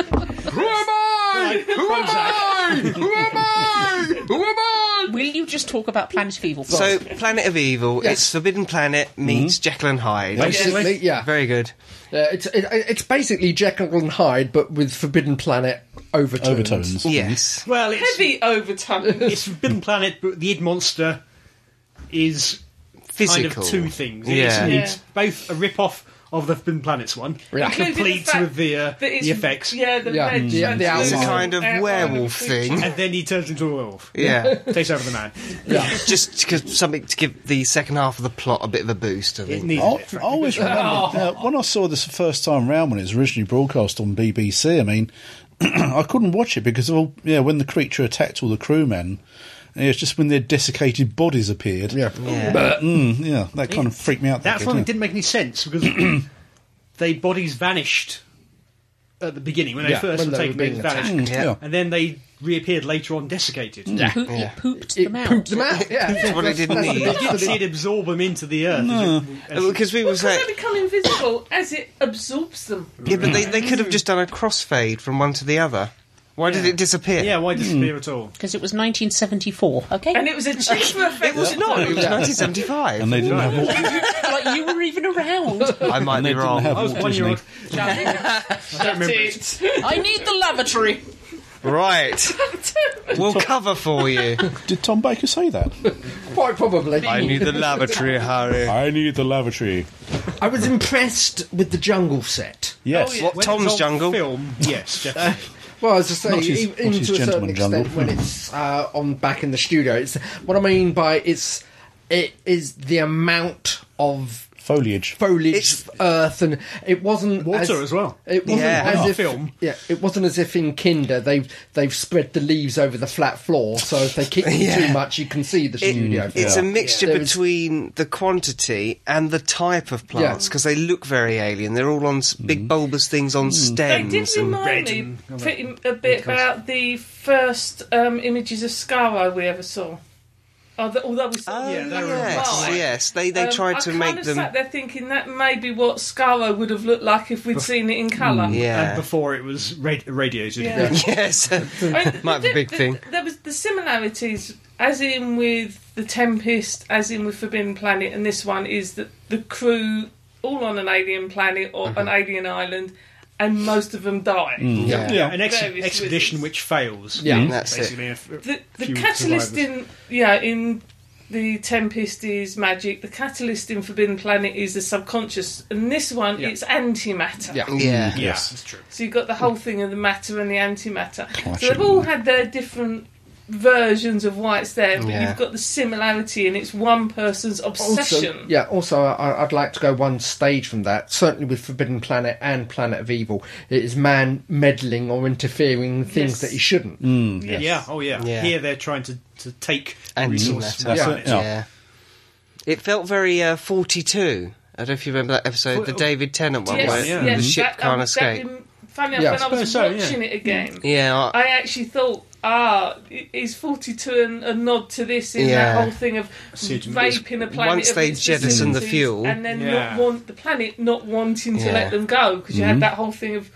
Speaker 4: Will you just talk about Planet of Evil? first?
Speaker 3: So, Planet of Evil, it's Forbidden Planet meets Jekyll and Hyde.
Speaker 5: Basically, yeah.
Speaker 3: Very good.
Speaker 5: Yeah, it's it, it's basically Jekyll and Hyde, but with Forbidden Planet overtones.
Speaker 2: Overtones.
Speaker 3: Yes.
Speaker 1: well, it's,
Speaker 7: Heavy overtone.
Speaker 1: it's Forbidden Planet, but the id monster is
Speaker 3: Physical.
Speaker 1: kind of two things. It's,
Speaker 3: Yeah.
Speaker 1: it's both a rip off of the Forbidden Planets one,
Speaker 5: Yeah.
Speaker 7: Including
Speaker 1: complete
Speaker 7: the fact
Speaker 1: with the uh,
Speaker 7: that it's-
Speaker 1: the effects,
Speaker 7: Yeah, the
Speaker 5: Yeah.
Speaker 7: veg
Speaker 5: Yeah,
Speaker 7: and
Speaker 5: the
Speaker 7: the
Speaker 3: It's a
Speaker 5: outline.
Speaker 3: kind of
Speaker 7: outline
Speaker 3: werewolf
Speaker 7: creature.
Speaker 3: thing.
Speaker 1: and then he turns into a werewolf,
Speaker 3: Yeah.
Speaker 1: takes over the man.
Speaker 3: Just 'cause something to give the second half of the plot a bit of a boost, I
Speaker 1: It
Speaker 3: think.
Speaker 1: needs
Speaker 2: I
Speaker 1: it.
Speaker 2: I always remember now, when I saw this first time round when it was originally broadcast on BBC. I mean, I couldn't watch it because of all, yeah, when the creature attacked all the crewmen, it was just when their desiccated bodies appeared.
Speaker 5: Yeah.
Speaker 2: Mm, yeah, that kind of freaked me out.
Speaker 1: That's
Speaker 2: bit,
Speaker 1: one that
Speaker 2: didn't
Speaker 1: didn't make any sense because they bodies vanished at the beginning when they
Speaker 5: Yeah,
Speaker 1: first
Speaker 5: when
Speaker 1: were
Speaker 5: they
Speaker 1: taken.
Speaker 5: were
Speaker 1: They
Speaker 5: being
Speaker 1: vanished,
Speaker 2: it? Mm, yeah.
Speaker 1: and then they reappeared later on, desiccated.
Speaker 4: Poop, It pooped
Speaker 5: It
Speaker 4: them out.
Speaker 5: pooped them out. Yeah.
Speaker 3: That's what I didn't
Speaker 5: That's the
Speaker 3: need.
Speaker 5: bit
Speaker 1: You
Speaker 5: that
Speaker 1: didn't
Speaker 5: it-
Speaker 1: see it absorb them into the earth.
Speaker 3: Because we was
Speaker 7: Because
Speaker 3: like,
Speaker 7: they become invisible as it absorbs them.
Speaker 3: yeah, but they, they could have just done a crossfade from one to the other. Why did it disappear?
Speaker 1: yeah, why disappear at all?
Speaker 4: Because it was 1974, okay?
Speaker 7: And it was a cheaper effect.
Speaker 3: It was not. It was
Speaker 5: Yeah.
Speaker 3: 1975.
Speaker 2: And they didn't have all,
Speaker 4: like you were even around.
Speaker 3: I might
Speaker 2: and they
Speaker 3: be
Speaker 2: didn't
Speaker 3: wrong.
Speaker 2: have
Speaker 1: I was
Speaker 2: Walt
Speaker 1: one year
Speaker 2: Disney.
Speaker 1: old.
Speaker 7: That's it.
Speaker 4: I need the lavatory.
Speaker 3: Right. we'll cover for you.
Speaker 2: Did Tom Baker say that?
Speaker 5: Quite probably.
Speaker 3: I need the lavatory, Harry.
Speaker 2: I need the lavatory.
Speaker 5: I was impressed with the jungle set.
Speaker 2: Yes.
Speaker 7: Oh, yeah.
Speaker 3: What,
Speaker 1: When
Speaker 3: Tom's
Speaker 1: it's on
Speaker 3: Jungle?
Speaker 1: Film, yes, definitely.
Speaker 5: Well, as I say,
Speaker 2: Not his-
Speaker 5: e-
Speaker 2: not
Speaker 5: even
Speaker 2: his
Speaker 5: to a certain
Speaker 2: gentleman
Speaker 5: extent,
Speaker 2: jungle.
Speaker 5: when it's uh, on back in the studio, it's what I mean by it's it is the amount of
Speaker 2: Foliage.
Speaker 5: foliage,
Speaker 3: It's-
Speaker 5: earth, and it wasn't
Speaker 1: Water as well.
Speaker 5: It wasn't
Speaker 3: Yeah.
Speaker 5: as
Speaker 1: Wow.
Speaker 5: if
Speaker 1: Film.
Speaker 5: Yeah, it wasn't as if in Kinder they've they've spread the leaves over the flat floor, so if they kick you
Speaker 3: Yeah.
Speaker 5: too much, you can see the
Speaker 3: It-
Speaker 2: Mm,
Speaker 5: studio.
Speaker 3: It's
Speaker 5: floor.
Speaker 3: a mixture
Speaker 5: There was-
Speaker 3: between the quantity and the type of plants
Speaker 5: Yeah.
Speaker 3: because they look very alien. They're all on s-
Speaker 2: Mm.
Speaker 3: big bulbous things on
Speaker 7: They
Speaker 3: stems.
Speaker 7: did
Speaker 3: and-
Speaker 7: remind me pretty a bit about the first um, images of Scarrow we ever saw. Oh, the, although we saw
Speaker 3: Oh,
Speaker 1: Yeah, they were
Speaker 3: yes,
Speaker 1: right.
Speaker 3: yes. They they
Speaker 7: Um,
Speaker 3: tried to
Speaker 7: I kind
Speaker 3: make
Speaker 7: of
Speaker 3: them.
Speaker 7: sat there thinking that may be what Scarrow would have looked like if we'd seen it in colour.
Speaker 1: And
Speaker 3: yeah.
Speaker 1: before it was rad- radiated.
Speaker 7: Yeah.
Speaker 3: Yes.
Speaker 7: I mean,
Speaker 3: Might be a
Speaker 7: the-
Speaker 3: big
Speaker 7: the-
Speaker 3: thing.
Speaker 7: There was the similarities, as in with the Tempest, as in with Forbidden Planet, and this one is that the crew all on an alien planet or
Speaker 3: Mm-hmm.
Speaker 7: an alien island, and most of them die.
Speaker 3: Mm.
Speaker 5: yeah.
Speaker 2: Yeah.
Speaker 1: An ex-
Speaker 7: Various
Speaker 1: expedition
Speaker 7: wizards.
Speaker 1: which fails. Mm-hmm.
Speaker 5: Yeah. Mm.
Speaker 3: That's it.
Speaker 1: basically. If- if
Speaker 7: The, the
Speaker 1: few
Speaker 7: catalyst
Speaker 1: survivors.
Speaker 7: in yeah in the Tempest is magic. The catalyst in Forbidden Planet is the subconscious, and this one
Speaker 1: Yeah.
Speaker 7: it's antimatter.
Speaker 5: Yeah.
Speaker 3: Yeah.
Speaker 1: Yeah, that's true.
Speaker 7: So you've got the whole thing of the matter and the
Speaker 3: Oh,
Speaker 7: antimatter. So
Speaker 2: Clashing.
Speaker 7: they've all had their different versions of why it's there, but
Speaker 3: Yeah.
Speaker 7: you've got the similarity, and it's one person's
Speaker 3: Oh,
Speaker 7: obsession.
Speaker 5: Also, yeah. Also, I, I'd like to go one stage from that. Certainly, with Forbidden Planet and Planet of Evil, it is man meddling or interfering in things
Speaker 7: Yes.
Speaker 5: that he shouldn't.
Speaker 7: Yes.
Speaker 1: Yeah, oh yeah.
Speaker 3: Yeah.
Speaker 1: Here they're trying to, to take
Speaker 3: And
Speaker 1: resources from
Speaker 3: matter.
Speaker 1: the planet.
Speaker 2: Yeah.
Speaker 3: Yeah. It felt very uh, 42. I don't know if you remember that episode, the
Speaker 1: Well,
Speaker 3: David Tennant one,
Speaker 7: Yes,
Speaker 3: where
Speaker 1: yeah. Mm-hmm.
Speaker 3: the
Speaker 7: yes,
Speaker 3: ship
Speaker 7: that-
Speaker 3: can't
Speaker 7: that
Speaker 3: escape.
Speaker 7: rem- Funny
Speaker 5: Yeah,
Speaker 7: enough,
Speaker 1: I
Speaker 7: when I
Speaker 1: suppose
Speaker 7: was
Speaker 1: so, yeah.
Speaker 7: watching it again,
Speaker 3: Yeah, I-
Speaker 7: I actually thought, ah, i- is 42 an, a nod to this in
Speaker 3: Yeah.
Speaker 7: that whole thing of
Speaker 1: see what you mean.
Speaker 7: raping a planet?
Speaker 3: Once
Speaker 7: of
Speaker 3: they
Speaker 7: its
Speaker 3: jettison the
Speaker 7: vicinities
Speaker 3: fuel.
Speaker 7: And then
Speaker 1: Yeah.
Speaker 7: not want the planet not wanting to
Speaker 3: Yeah. Mm-hmm.
Speaker 7: let them go, because you had that whole thing of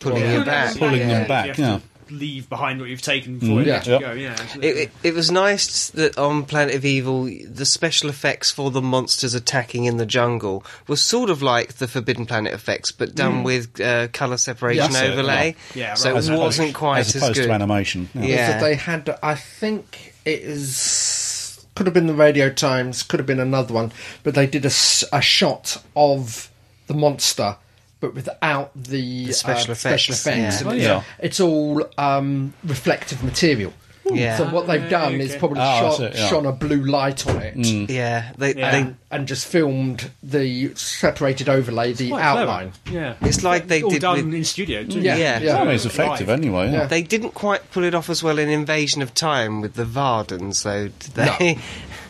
Speaker 3: pulling
Speaker 7: Yeah.
Speaker 3: it back.
Speaker 2: Pulling
Speaker 3: yeah.
Speaker 2: them back.
Speaker 1: You have
Speaker 2: Yeah.
Speaker 1: to leave behind what you've taken before
Speaker 2: Mm,
Speaker 1: it
Speaker 5: yeah.
Speaker 1: lets you
Speaker 2: Yep.
Speaker 1: go. Yeah,
Speaker 3: It,
Speaker 1: absolutely.
Speaker 3: it, it was nice that on Planet of Evil, the special effects for the monsters attacking in the jungle was sort of like the Forbidden Planet effects, but done with uh, color separation
Speaker 2: That's it,
Speaker 3: overlay.
Speaker 1: yeah. Yeah,
Speaker 3: so
Speaker 1: right.
Speaker 3: it
Speaker 1: As opposed-
Speaker 3: wasn't quite
Speaker 2: as
Speaker 3: as,
Speaker 2: opposed
Speaker 3: good.
Speaker 2: to animation.
Speaker 3: Yeah.
Speaker 5: Is that they had, I think it is, could have been the Radio Times, could have been another one, but they did a, s- a shot of the monster, but without the,
Speaker 3: special
Speaker 5: uh, special
Speaker 3: effects,
Speaker 5: effects.
Speaker 3: yeah.
Speaker 5: And it's-
Speaker 2: Yeah.
Speaker 5: It's all um, reflective material.
Speaker 3: Yeah.
Speaker 5: So what they've done is
Speaker 1: okay.
Speaker 5: probably
Speaker 2: Ah,
Speaker 5: shot,
Speaker 2: that's it, yeah. Hmm.
Speaker 5: shone a blue light on it.
Speaker 3: Yeah, they,
Speaker 1: Yeah.
Speaker 3: they-
Speaker 5: and just filmed the separated overlay, the
Speaker 1: Quite clever.
Speaker 5: outline.
Speaker 1: Yeah.
Speaker 3: it's like they
Speaker 1: all
Speaker 3: did.
Speaker 1: done
Speaker 3: with-
Speaker 1: in studio too.
Speaker 5: Yeah,
Speaker 3: Yeah.
Speaker 5: yeah,
Speaker 2: It's
Speaker 5: yeah.
Speaker 2: always effective
Speaker 1: Live.
Speaker 2: anyway. Uh, Yeah.
Speaker 3: they didn't quite pull it off as well in Invasion of Time with the Vardens, though. Did they?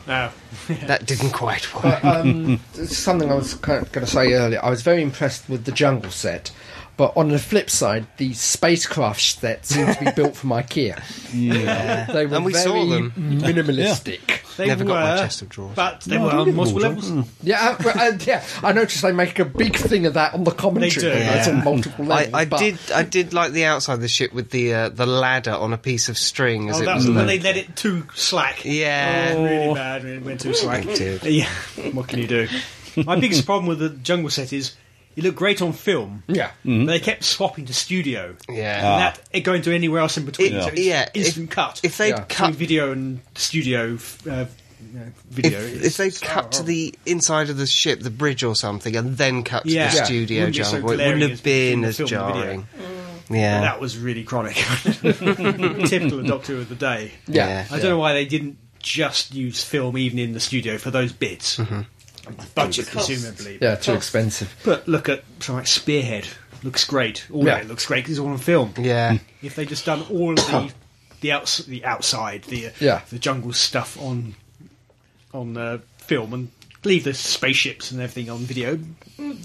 Speaker 1: Uh,
Speaker 3: that didn't quite work.
Speaker 5: But, um, something I was going to say earlier. I was very impressed with the jungle set, but on the flip side, the spacecraft set seemed to be built from IKEA. Yeah, they were
Speaker 3: And we
Speaker 5: very
Speaker 3: saw them.
Speaker 5: minimalistic.
Speaker 1: they
Speaker 3: Never
Speaker 1: were,
Speaker 3: got my chest of drawers.
Speaker 1: but they
Speaker 2: No, I
Speaker 1: were
Speaker 2: don't
Speaker 1: on
Speaker 2: get
Speaker 3: Mm.
Speaker 1: multiple
Speaker 2: them all,
Speaker 1: levels.
Speaker 2: don't-
Speaker 5: Yeah, I- I- yeah. I noticed they make a big thing of that on the commentary.
Speaker 1: They do,
Speaker 5: It's on
Speaker 2: yeah.
Speaker 5: multiple
Speaker 3: I,
Speaker 5: levels.
Speaker 3: I
Speaker 5: but-
Speaker 3: did. I did like the outside of the ship with the uh, the ladder on a piece of string as
Speaker 1: Oh,
Speaker 3: it Mm.
Speaker 1: that
Speaker 3: was.
Speaker 1: was when
Speaker 3: loaded.
Speaker 1: they let it too slack.
Speaker 3: Yeah.
Speaker 1: Oh, really bad when it went too slack.
Speaker 3: did.
Speaker 1: Yeah, what can you do? My biggest problem with the jungle set is it looked great on film,
Speaker 5: Yeah.
Speaker 3: Mm-hmm.
Speaker 1: but they kept swapping to studio.
Speaker 3: Yeah.
Speaker 1: and that it going to anywhere else in between.
Speaker 3: Ah. It-
Speaker 1: so it's
Speaker 3: yeah,
Speaker 1: instant
Speaker 3: if-
Speaker 1: cut.
Speaker 3: If they'd
Speaker 5: Yeah.
Speaker 1: Between
Speaker 3: cut
Speaker 1: video and studio uh, you know, video.
Speaker 3: If,
Speaker 1: It's
Speaker 3: if they cut to
Speaker 1: so-
Speaker 3: the inside of the ship, the bridge or something, and then cut to
Speaker 1: Yeah.
Speaker 3: the
Speaker 1: Yeah.
Speaker 3: studio
Speaker 1: Wouldn't be so
Speaker 3: jungle, it wouldn't
Speaker 1: glaring
Speaker 3: have
Speaker 1: as between
Speaker 3: been
Speaker 1: the
Speaker 3: as
Speaker 1: film and the video. Mm.
Speaker 3: jarring. Yeah.
Speaker 1: That was really chronic. Typical of Doctor Who of the day.
Speaker 5: Yeah.
Speaker 3: Yeah.
Speaker 1: I don't know why they didn't just use film even in the studio for those bits. Budget,
Speaker 7: Cost.
Speaker 1: presumably.
Speaker 5: Mm-hmm. Yeah, too expensive.
Speaker 1: But look at something like Spearhead. Looks great. All
Speaker 5: Yeah.
Speaker 1: of it looks great 'cause it's all on film.
Speaker 3: yeah.
Speaker 1: If they just done all of the the, outs- the outside, the uh,
Speaker 5: Yeah.
Speaker 1: the jungle stuff on on uh, film and leave the spaceships and everything on video,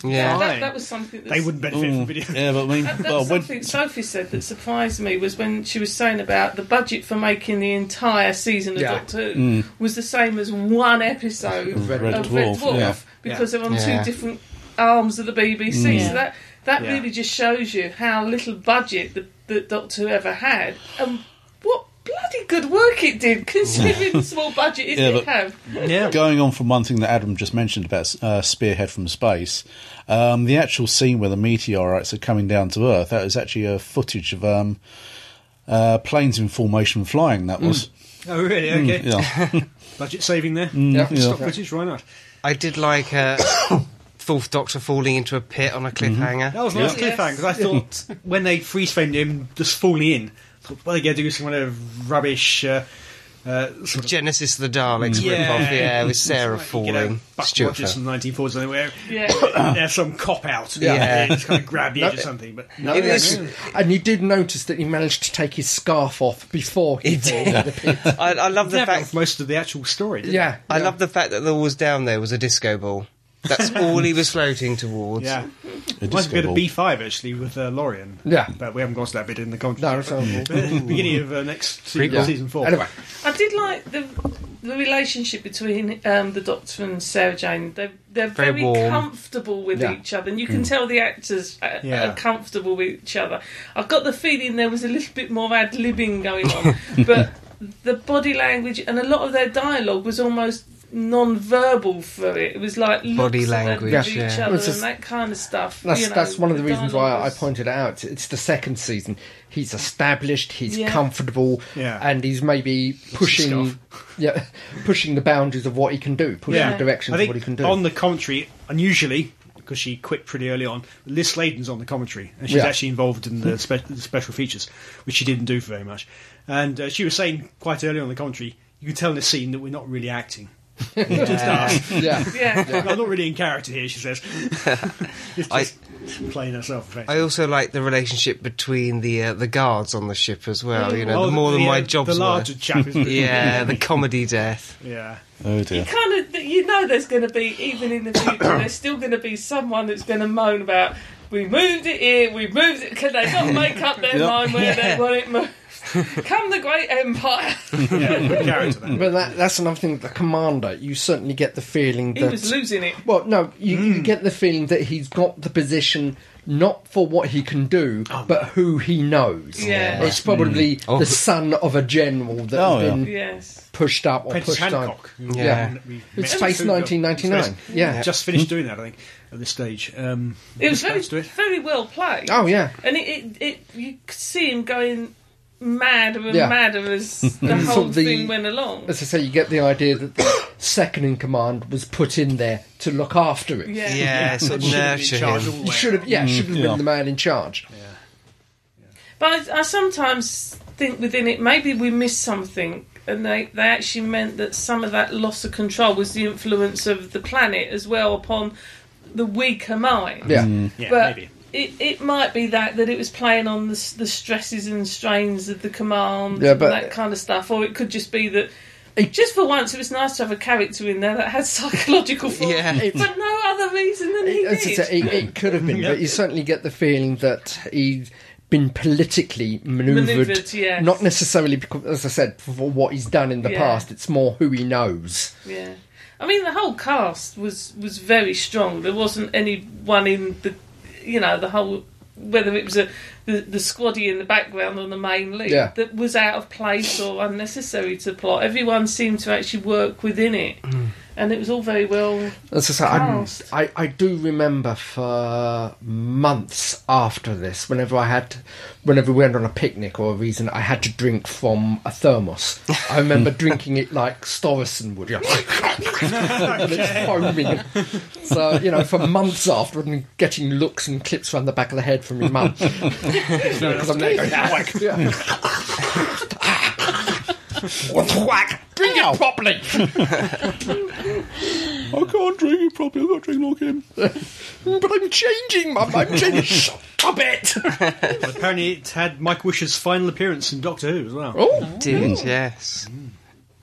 Speaker 3: Yeah.
Speaker 7: That, that was something that
Speaker 1: they wouldn't benefit
Speaker 5: Mm.
Speaker 1: from video.
Speaker 2: Mm. Yeah, but I mean,
Speaker 7: That, that
Speaker 2: well,
Speaker 7: was
Speaker 2: when,
Speaker 7: something Sophie said that surprised me was when she was saying about the budget for making the entire season of
Speaker 5: Yeah.
Speaker 7: Doctor Who was the same as one episode of
Speaker 5: Red
Speaker 7: Red,
Speaker 2: Mm. Dwarf,
Speaker 7: Dwarf,
Speaker 2: yeah.
Speaker 7: because they're on
Speaker 3: Yeah.
Speaker 7: two different arms of the BBC.
Speaker 2: Mm.
Speaker 4: Yeah.
Speaker 7: So that that
Speaker 1: Yeah.
Speaker 7: really just shows you how little budget that, that Doctor Who ever had and what bloody good work it did considering the small budget it
Speaker 2: Yeah,
Speaker 7: did
Speaker 2: but-
Speaker 7: have.
Speaker 1: Yeah.
Speaker 2: going on from one thing that Adam just mentioned about uh, Spearhead from space, um, the actual scene where the meteorites are coming down to Earth, that was actually a footage of um, uh, planes in formation flying. That was.
Speaker 1: Oh, really?
Speaker 2: Mm.
Speaker 1: Okay.
Speaker 2: Yeah.
Speaker 1: Budget saving there.
Speaker 5: Mm. Yeah.
Speaker 1: Stock footage, why not?
Speaker 3: I did like uh, Fourth Doctor falling into a pit on a cliffhanger.
Speaker 1: That was a nice
Speaker 7: Yes.
Speaker 1: cliffhanger because I thought when they freeze framed him just falling in, I thought, well, they're going to do some kind of rubbish. Uh, uh, sort of
Speaker 3: Genesis of the Daleks
Speaker 1: Yeah.
Speaker 3: rip off, yeah, with Sarah
Speaker 1: like,
Speaker 3: falling.
Speaker 1: You know, Buck
Speaker 3: Stuart
Speaker 1: Rogers
Speaker 3: fell.
Speaker 1: from the 1940s, and where
Speaker 7: Yeah.
Speaker 1: there's some cop out.
Speaker 5: Yeah.
Speaker 1: Yeah. It's kind of grab the edge or something. But
Speaker 5: No,
Speaker 3: It
Speaker 5: no,
Speaker 3: is-
Speaker 5: no. And you did notice that he managed to take his scarf off before he did. Yeah.
Speaker 3: I, I love the
Speaker 1: that
Speaker 3: fact.
Speaker 1: was most of the actual story. didn't
Speaker 5: yeah.
Speaker 3: I love the fact that there was down there was a disco ball. That's all he was floating
Speaker 1: it?
Speaker 3: towards.
Speaker 1: Yeah.
Speaker 2: A
Speaker 1: Might
Speaker 2: disco
Speaker 1: be a bit
Speaker 2: ball.
Speaker 1: of B5 actually with uh, Lorien.
Speaker 5: Yeah.
Speaker 1: But we haven't got to that bit in the
Speaker 5: No,
Speaker 1: contract.
Speaker 5: it's horrible.
Speaker 1: But at the beginning of uh, next season,
Speaker 5: Yeah.
Speaker 1: season four.
Speaker 5: Anyway,
Speaker 7: I did like the the relationship between um, the Doctor and Sarah Jane. They're they're
Speaker 3: Very
Speaker 7: very,
Speaker 3: warm. Hmm.
Speaker 7: comfortable with
Speaker 5: Yeah.
Speaker 7: each other, and you can tell the actors uh, are,
Speaker 1: Yeah.
Speaker 7: are comfortable with each other. I got the feeling there was a little bit more ad libbing going on, but the body language and a lot of their dialogue was almost non-verbal for it. It was like looks
Speaker 3: Body
Speaker 7: at
Speaker 3: language,
Speaker 7: each
Speaker 3: yeah.
Speaker 7: other
Speaker 5: It's just-
Speaker 7: and that kind of stuff.
Speaker 5: that's,
Speaker 7: you know,
Speaker 5: that's one of the,
Speaker 7: the
Speaker 5: reasons why
Speaker 7: dialogue
Speaker 5: I
Speaker 7: was-
Speaker 5: pointed it out. It's the second season. He's established, he's
Speaker 7: Yeah.
Speaker 5: comfortable,
Speaker 1: Yeah.
Speaker 5: and he's maybe pushing yeah, pushing the boundaries of what he can do, pushing the directions
Speaker 1: I
Speaker 5: of
Speaker 1: think
Speaker 5: what he can do.
Speaker 1: On the commentary, unusually, because she quit pretty early on, Liz Sladen's on the commentary, and she's
Speaker 5: Yeah.
Speaker 1: actually involved in the, spe- the special features, which she didn't do for very much. And uh, she was saying quite early on the commentary, you can tell in the scene that we're not really acting. It's just us.
Speaker 5: yeah.
Speaker 7: Yeah.
Speaker 1: I'm not really in character here, she says. it's
Speaker 3: I-
Speaker 1: just playing herself. effectively.
Speaker 3: I also like the relationship between the uh, the guards on the ship as well. You know,
Speaker 1: Oh,
Speaker 3: the more than
Speaker 1: the,
Speaker 3: my
Speaker 1: uh,
Speaker 3: jobs
Speaker 1: The larger
Speaker 3: were.
Speaker 1: chap is
Speaker 3: Yeah, the comedy death.
Speaker 1: yeah.
Speaker 2: Oh dear.
Speaker 7: kind of you know there's going to be even in the future there's still going to be someone that's going to moan about we moved it here we moved it can they not make up their mind where they want it moved come the great empire
Speaker 1: yeah, good character then.
Speaker 5: But that, that's another thing. The commander, you certainly get the feeling
Speaker 7: he
Speaker 5: that
Speaker 7: was losing it
Speaker 5: Well, no, you,
Speaker 1: Mm.
Speaker 5: you get the feeling that he's got the position not for what he can do,
Speaker 1: Oh,
Speaker 5: but who he knows.
Speaker 7: Yeah.
Speaker 5: It's probably
Speaker 1: Mm.
Speaker 3: Oh.
Speaker 5: the son of a general that's
Speaker 2: Oh, yeah.
Speaker 5: been
Speaker 7: yes
Speaker 5: pushed up or
Speaker 1: Prentice
Speaker 5: pushed
Speaker 1: Hancock.
Speaker 5: down.
Speaker 1: who
Speaker 5: Yeah.
Speaker 1: we
Speaker 5: It's
Speaker 1: met
Speaker 5: Space
Speaker 1: through the-
Speaker 5: 1999. Yeah.
Speaker 1: Just finished doing that, I think, at this stage. Um,
Speaker 7: it was very,
Speaker 1: dispatched to it.
Speaker 7: very well played
Speaker 5: Oh, yeah.
Speaker 7: and it, it, it you could see him going madder and
Speaker 5: Yeah.
Speaker 7: madder as the
Speaker 5: Sort
Speaker 7: whole
Speaker 5: of the-
Speaker 7: thing went along
Speaker 5: As I say, you get the idea that the second in command was put in there to look after it.
Speaker 7: yeah,
Speaker 3: Yeah, sort of
Speaker 1: Should've been in
Speaker 3: nurture
Speaker 1: charge
Speaker 3: him.
Speaker 1: all the
Speaker 5: He
Speaker 1: way
Speaker 5: should have,
Speaker 7: Mm,
Speaker 5: yeah, should have
Speaker 2: Yeah.
Speaker 5: been the man in charge.
Speaker 7: But I, I sometimes think within it, maybe we missed something, and they, they actually meant that some of that loss of control was the influence of the planet as well upon the weaker mind.
Speaker 5: Yeah,
Speaker 1: Yeah,
Speaker 7: but
Speaker 1: maybe.
Speaker 7: It, it might be that that it was playing on the, s- the stresses and strains of the command
Speaker 5: Yeah, but-
Speaker 7: and that kind of stuff, or it could just be that. just for once, it was nice to have a character in there that had psychological thought,
Speaker 3: Yeah.
Speaker 7: for no other reason than he
Speaker 5: As I
Speaker 7: did.
Speaker 5: say, it, it could have been, but you certainly get the feeling that he's been politically manoeuvred,
Speaker 7: Manoeuvred, yes.
Speaker 5: not necessarily because, as I said, for what he's done in the
Speaker 7: Yeah.
Speaker 5: past. It's more who he knows.
Speaker 7: Yeah, I mean the whole cast was was very strong. There wasn't anyone in the, you know, the whole whether it was a, the the squaddy in the background or the main lead
Speaker 5: Yeah.
Speaker 7: that was out of place or unnecessary to plot. Everyone seemed to actually work within it. and it was all very well.
Speaker 5: As I say, I,
Speaker 7: Cast.
Speaker 5: I, I do remember for months after this, whenever I had, whenever we went on a picnic or a reason, I had to drink from a thermos. I remember drinking it like Storison would, you know, and it's foaming. So you know, for months after, and getting looks and clips around the back of the head from your mum because I'm there going, "Ah, yeah."
Speaker 2: Whack! Drink it properly! I can't drink it properly, I've got to drink like him.
Speaker 5: but I'm changing, mum. I'm changing. Stop it.
Speaker 1: But apparently, it had Mike Wish's final appearance in Doctor Who as well.
Speaker 5: Oh,
Speaker 3: Did yes.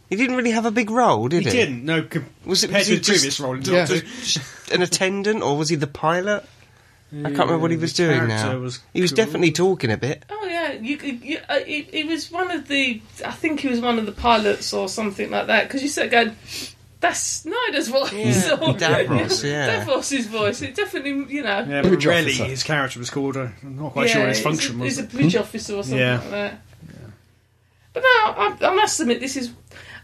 Speaker 3: He didn't really have a big role, did
Speaker 1: He
Speaker 3: he?
Speaker 1: didn't. No, com-
Speaker 3: Was it-
Speaker 1: compared
Speaker 3: was
Speaker 1: to
Speaker 3: it
Speaker 1: his previous
Speaker 3: just-
Speaker 1: role in
Speaker 5: Yeah.
Speaker 1: Doctor Who.
Speaker 3: An attendant, or was he the pilot? I can't remember what he was
Speaker 1: The
Speaker 3: doing
Speaker 1: character
Speaker 3: now.
Speaker 1: was
Speaker 3: he was
Speaker 1: cool.
Speaker 3: definitely talking a bit.
Speaker 7: Oh yeah, you, could- you uh, it, it was one of the. I think he was one of the pilots or something like that. Because you start going, that's Snyder's voice. or
Speaker 3: Davros, yeah.
Speaker 7: Davros's voice. It definitely, you know.
Speaker 1: Yeah,
Speaker 5: He was
Speaker 1: but
Speaker 5: Joffrey,
Speaker 1: really,
Speaker 5: so.
Speaker 1: his character was called. Uh, I'm not quite sure what his
Speaker 7: he's a-
Speaker 1: function was.
Speaker 7: He's a bridge officer or something
Speaker 1: Yeah.
Speaker 7: like that. But no, I, I must admit, this is.